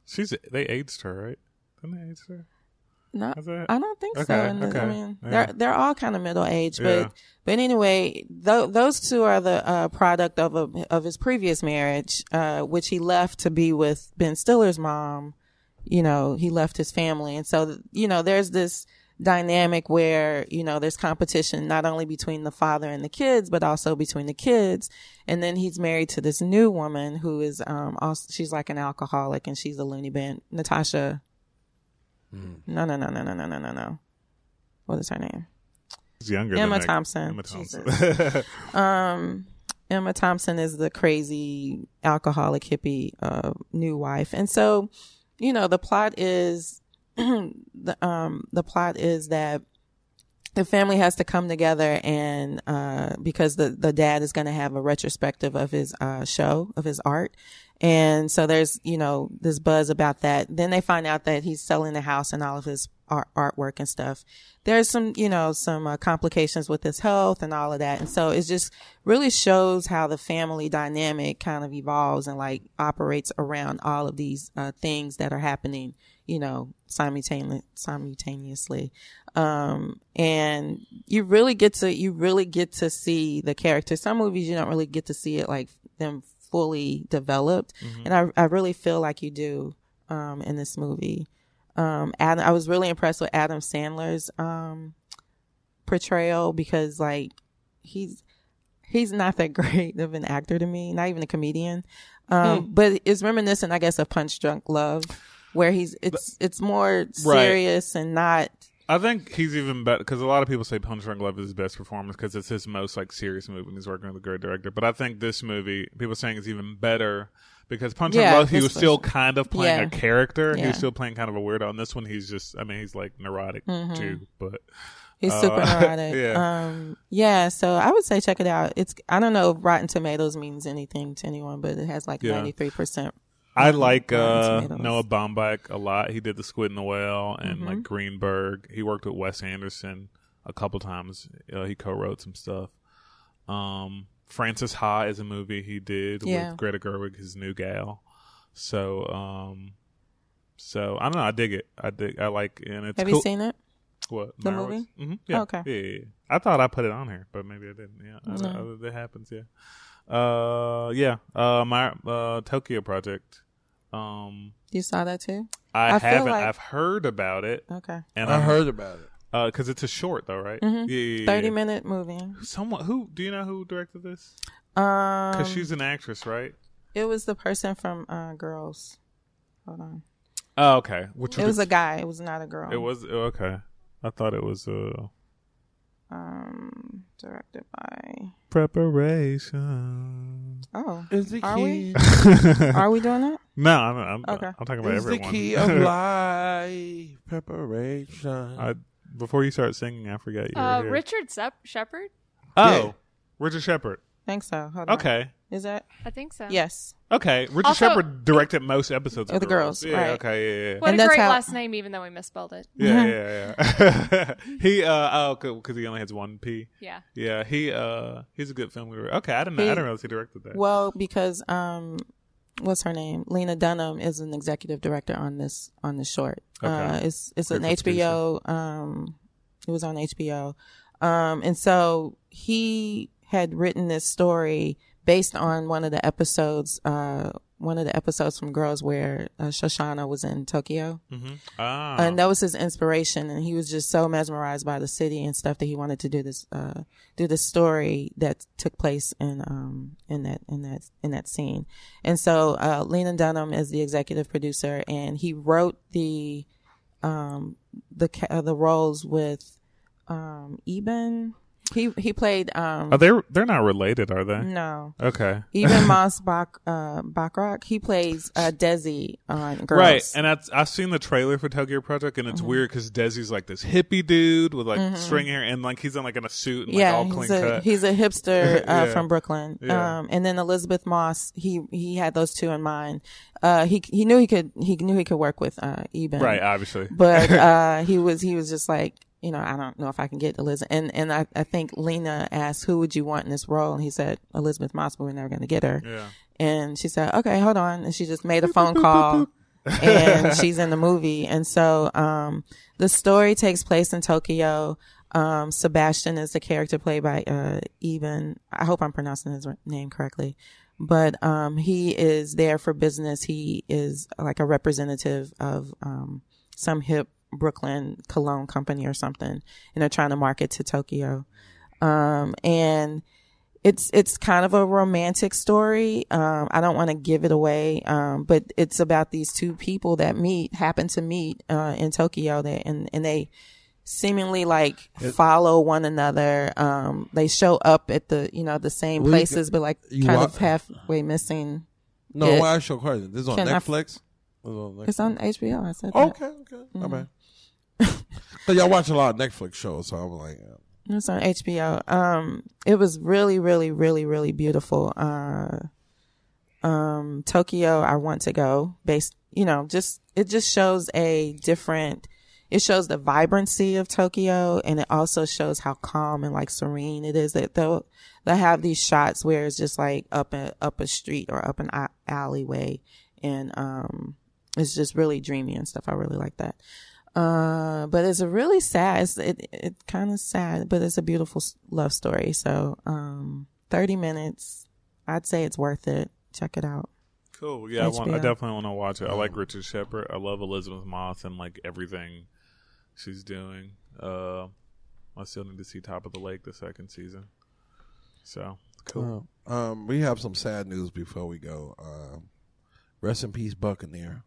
Speaker 5: She's they aged her, right? Didn't they age her?
Speaker 4: no,
Speaker 5: Is that-
Speaker 4: I don't think so.
Speaker 5: Okay,
Speaker 4: And the- I
Speaker 5: okay,
Speaker 4: mean,
Speaker 5: yeah.
Speaker 4: they're they're all kind of middle aged, but
Speaker 5: Yeah.
Speaker 4: but anyway, th- those two are the uh, product of a, of his previous marriage, uh, which he left to be with Ben Stiller's mom. You know, he left his family, and so you know, there's this dynamic where you know there's competition not only between the father and the kids, but also between the kids. And then he's married to this new woman who is um, also she's like an alcoholic and she's a loony bin, Natasha. No, no, no, no, no, no, no, no, no. What is her name?
Speaker 5: She's younger.
Speaker 4: Emma
Speaker 5: than that-
Speaker 4: Thompson.
Speaker 5: Emma Thompson. <laughs>
Speaker 4: Um, Emma Thompson is the crazy alcoholic hippie uh, new wife, and so you know the plot is <clears throat> the um the plot is that the family has to come together and uh because the the dad is going to have a retrospective of his uh show of his art and so there's you know this buzz about that then they find out that he's selling the house and all of his art, artwork and stuff there's some you know some uh, complications with his health and all of that and so it just really shows how the family dynamic kind of evolves and like operates around all of these uh things that are happening you know simultaneously simultaneously um and you really get to you really get to see the character some movies you don't really get to see it like them fully developed and I, I really feel like you do um in this movie um adam i was really impressed with adam sandler's um portrayal because like he's he's not that <laughs> great of an actor to me not even a comedian um but it's reminiscent i guess of punch drunk love where he's it's it's more serious and not
Speaker 5: I think he's even better because a lot of people say Punch Drunk Love is his best performance because it's his most like serious movie and he's working with a great director. But I think this movie, people are saying, is even better because Punch Drunk
Speaker 4: Yeah,
Speaker 5: Love, he
Speaker 4: this
Speaker 5: was
Speaker 4: was-
Speaker 5: still kind of playing
Speaker 4: yeah.
Speaker 5: a character. He
Speaker 4: Yeah.
Speaker 5: was still playing kind of a weirdo. And this one, he's just, I mean, he's like neurotic
Speaker 4: Mm-hmm.
Speaker 5: too. But
Speaker 4: He's
Speaker 5: Uh, <laughs>
Speaker 4: super neurotic.
Speaker 5: yeah.
Speaker 4: Um, yeah. So I would say check it out. It's I don't know if Rotten Tomatoes means anything to anyone, but it has like
Speaker 5: Yeah.
Speaker 4: ninety three percent.
Speaker 5: I like
Speaker 4: Rotten
Speaker 5: uh,
Speaker 4: Tomatoes.
Speaker 5: Noah Baumbach a lot. He did The Squid and the Whale and
Speaker 4: Mm-hmm.
Speaker 5: like Greenberg. He worked with Wes Anderson a couple times. Uh, he co-wrote some stuff. Um, Francis Ha is a movie he did
Speaker 4: Yeah.
Speaker 5: with Greta Gerwig, his new gal. So, um, so I don't know. I dig it. I dig. I like. And it's
Speaker 4: Have
Speaker 5: cool.
Speaker 4: you seen it?
Speaker 5: what
Speaker 4: the movie? Oh,
Speaker 5: hmm Yeah.
Speaker 4: Okay.
Speaker 5: Yeah, yeah, yeah. I thought I put it on here, but maybe I didn't. Yeah. I don't- I- That happens. Yeah. Uh, yeah. Uh, my uh Tokyo Project. Um,
Speaker 4: You saw that too?
Speaker 5: I,
Speaker 4: I feel
Speaker 5: haven't.
Speaker 4: like-
Speaker 5: I've heard about it,
Speaker 4: Okay.
Speaker 5: and
Speaker 3: I
Speaker 5: I heard
Speaker 3: heard about it.
Speaker 5: because it's a short though, right?
Speaker 4: Mhm.
Speaker 5: Yeah, yeah, yeah,
Speaker 4: Thirty
Speaker 5: yeah.
Speaker 4: minute movie.
Speaker 5: Someone who do you know who directed this?
Speaker 4: Um,
Speaker 5: Because she's an actress, right?
Speaker 4: it was the person from uh, Girls. Hold on.
Speaker 5: Oh, okay. Which
Speaker 4: It was a guy. It was not a girl.
Speaker 5: It was oh, okay. I thought it was uh
Speaker 4: um, directed by.
Speaker 5: preparation. <laughs>
Speaker 4: Oh,
Speaker 3: Is the
Speaker 4: Are we?
Speaker 3: key?
Speaker 4: are we doing it?
Speaker 5: No, I'm, I'm,
Speaker 4: Okay.
Speaker 5: I'm talking about
Speaker 3: Is the
Speaker 5: everyone. <laughs>
Speaker 3: key of life preparation?
Speaker 5: I, before you start singing, I forget you were
Speaker 6: Uh,
Speaker 5: here.
Speaker 6: Richard Sep- Shepard.
Speaker 5: oh, Richard Shepard.
Speaker 4: think so. Hold on.
Speaker 5: Okay.
Speaker 4: Is that?
Speaker 6: I think so.
Speaker 4: Yes.
Speaker 5: Okay. Richard
Speaker 6: Also-
Speaker 5: Shepard directed most episodes of
Speaker 4: Of the Girls,
Speaker 5: Yeah.
Speaker 4: right.
Speaker 5: Okay. Yeah. Yeah.
Speaker 6: What
Speaker 4: And
Speaker 6: a
Speaker 4: that's
Speaker 6: great
Speaker 4: how-
Speaker 6: last name, even though we misspelled it.
Speaker 5: Yeah, yeah, yeah. <laughs> he uh oh, because he only has one P.
Speaker 6: Yeah.
Speaker 5: Yeah, he uh he's a good film director. Okay, I didn't know. I
Speaker 4: He-
Speaker 5: didn't realize he directed that.
Speaker 4: Well, because um, what's her name? Lena Dunham is an executive director on this on the short. Uh,
Speaker 5: Okay.
Speaker 4: it's it's
Speaker 5: Good
Speaker 4: an
Speaker 5: for
Speaker 4: HBO. Um, it was on HBO. Um, and so he had written this story based on one of the episodes. Uh, one of the episodes from Girls where uh, Shoshana was in Tokyo.
Speaker 5: hmm Ah,
Speaker 4: and that was his inspiration and he was just so mesmerized by the city and stuff that he wanted to do this uh do this story that took place in um in that in that in that scene and so uh lena dunham is the executive producer and he wrote the um the ca- uh, the roles with um eben he he played um
Speaker 5: are they? Oh, They're not related, are they?
Speaker 4: no
Speaker 5: Okay.
Speaker 4: even Moss Bach, uh, Bachrock, he plays uh, Desi on Girls. Mm-hmm.
Speaker 5: Right, and I, I've seen the trailer for Tokyo Project, and it's weird 'cause weird because Desi's like this hippie dude with like string hair, and like he's in like in a suit and like all clean
Speaker 4: he's a,
Speaker 5: cut.
Speaker 4: he's a
Speaker 5: <laughs>
Speaker 4: hipster uh,
Speaker 5: Yeah.
Speaker 4: from Brooklyn.
Speaker 5: Yeah.
Speaker 4: Um, and then Elizabeth Moss, he he had those two in mind. Uh, he he knew he could he knew he could work with uh, Eben,
Speaker 5: right, <laughs> obviously.
Speaker 4: But uh, he was he was just like you know I don't know if I can get Elizabeth. And and I, I think Lena asked who would you want in this role, and he said Elizabeth Moss, but we're never going to get her.
Speaker 5: yeah.
Speaker 4: And she said, okay, hold on. And she just made a phone call and she's in the movie. And so, um, the story takes place in Tokyo. Um, Sebastian is the character played by, uh, even, I hope I'm pronouncing his name correctly, but, um, he is there for business. He is like a representative of, um, some hip Brooklyn cologne company or something. And they're trying to market to Tokyo. Um, and, it's it's kind of a romantic story. Um, I don't want to give it away, um, but it's about these two people that meet, happen to meet uh, in Tokyo, that and and they seemingly like follow one another. Um, they show up at the you know the same
Speaker 3: Well, you
Speaker 4: places, but like
Speaker 3: you
Speaker 4: kind
Speaker 3: wa-
Speaker 4: of halfway missing.
Speaker 3: No,
Speaker 4: Yeah.
Speaker 3: why I show question? This is on
Speaker 4: Can I-
Speaker 3: Netflix. This is on Netflix.
Speaker 4: It's Mm-hmm. on HBO. I said that.
Speaker 3: Okay, okay, my bad. so y'all watch a lot of Netflix shows, so I'm like, uh,
Speaker 4: It was on HBO. Um, it was really, really, really, really beautiful. Uh, um, Tokyo, I want to go. Based, you know, just it just shows a different. It shows the vibrancy of Tokyo, and it also shows how calm and like serene it is. That they'll they have these shots where it's just like up a up a street or up an a- alleyway, and um, it's just really dreamy and stuff. I really like that. Uh, but it's a really sad. It's, it it kind of sad, but it's a beautiful s- love story. So, um, thirty minutes. I'd say it's worth it. Check it out.
Speaker 5: Cool. Yeah, I, want, I
Speaker 4: HBO.
Speaker 5: definitely want to watch it. I
Speaker 3: Mm.
Speaker 5: like Richard Shepard. I love Elizabeth Moss and like everything she's doing. Uh, I still need to see Top of the Lake the second season. So cool.
Speaker 3: um, we have some sad news before we go. Um, rest in peace, Buccaneer.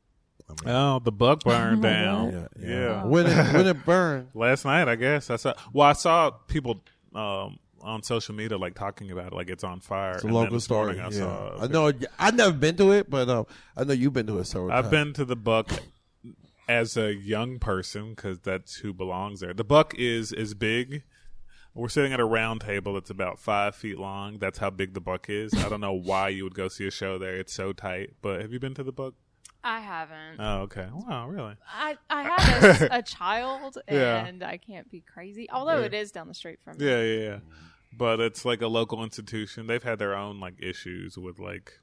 Speaker 3: I mean,
Speaker 5: Oh, the bug burned
Speaker 4: Oh.
Speaker 5: down.
Speaker 3: yeah,
Speaker 5: yeah.
Speaker 3: When it when
Speaker 5: <laughs>
Speaker 3: it burned,
Speaker 5: Last night, I guess I saw. Well, I saw people um, on social media like talking about it, like it's on fire.
Speaker 3: it's a
Speaker 5: And then
Speaker 3: local
Speaker 5: this
Speaker 3: story.
Speaker 5: morning I
Speaker 3: yeah.
Speaker 5: saw. a
Speaker 3: I know. I've never been to it, but um, I know you've been to it several
Speaker 5: I've
Speaker 3: times.
Speaker 5: been to the Buck as a young person because that's who belongs there. The Buck is is big. We're sitting at a round table that's about five feet long. That's how big the Buck is. I don't know why you would go see a show there. It's so tight. But have you been to the Buck?
Speaker 6: I haven't.
Speaker 4: Uh.
Speaker 5: Oh, okay. Wow, really?
Speaker 6: I, I
Speaker 4: <laughs>
Speaker 6: had a, s- a child
Speaker 5: Yeah.
Speaker 6: and I can't be crazy. Although it is down the street from me.
Speaker 5: Yeah, yeah, yeah. But it's like a local institution. They've had their own like issues with like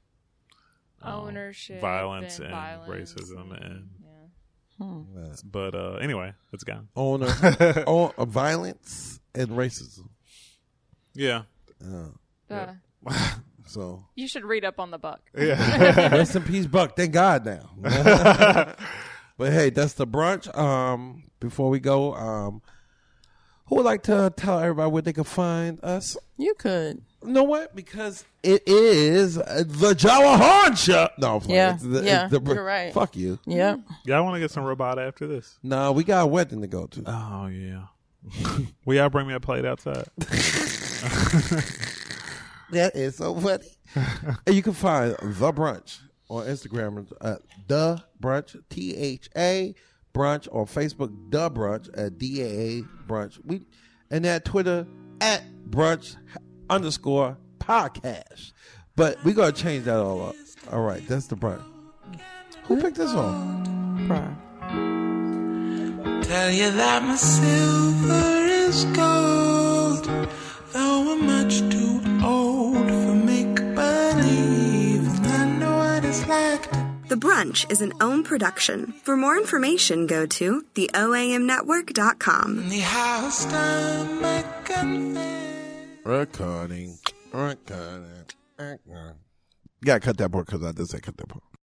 Speaker 5: um,
Speaker 6: Ownership,
Speaker 5: violence, and,
Speaker 6: and violence
Speaker 5: racism,
Speaker 6: and-
Speaker 5: and
Speaker 6: Yeah.
Speaker 3: Yeah.
Speaker 5: but uh, anyway, it's gone. <laughs>
Speaker 3: Owner, on uh, violence and racism.
Speaker 5: Yeah,
Speaker 3: Yeah.
Speaker 6: Uh,
Speaker 3: so
Speaker 6: you should read up on the book.
Speaker 3: rest in peace, Buck. Thank God now. but hey, that's the brunch. Um, before we go, um, who would like to tell everybody where they can find us?
Speaker 4: You could.
Speaker 3: You know what? Because it is uh, the Jawa Horn Show. No, I'm playing.
Speaker 4: Yeah,
Speaker 3: It's the, it's
Speaker 4: yeah,
Speaker 3: the br-
Speaker 4: you're right.
Speaker 3: Fuck you.
Speaker 4: Yep.
Speaker 5: yeah. I want to get some robot after this.
Speaker 3: No, we got a wedding to go <laughs> to.
Speaker 5: Oh yeah. <laughs> Will y'all bring me a plate outside?
Speaker 3: That is so <laughs> funny. and you can find The Brunch on Instagram at The Brunch, T H A Brunch, on Facebook, The Brunch, at D A A Brunch. We, and at Twitter, at Brunch underscore podcast. But we gotta change that all up. All right, that's the part. Who picked this one?
Speaker 4: Bruh.
Speaker 9: Tell you that my silver is gold, though I'm much too old for make believe. And I know what it's like to
Speaker 2: The Brunch is an own production. For more information, go to theoamnetwork.com.
Speaker 9: the house time I confess.
Speaker 3: Recording. Recording. Recording. You gotta cut that part because I did say cut that part.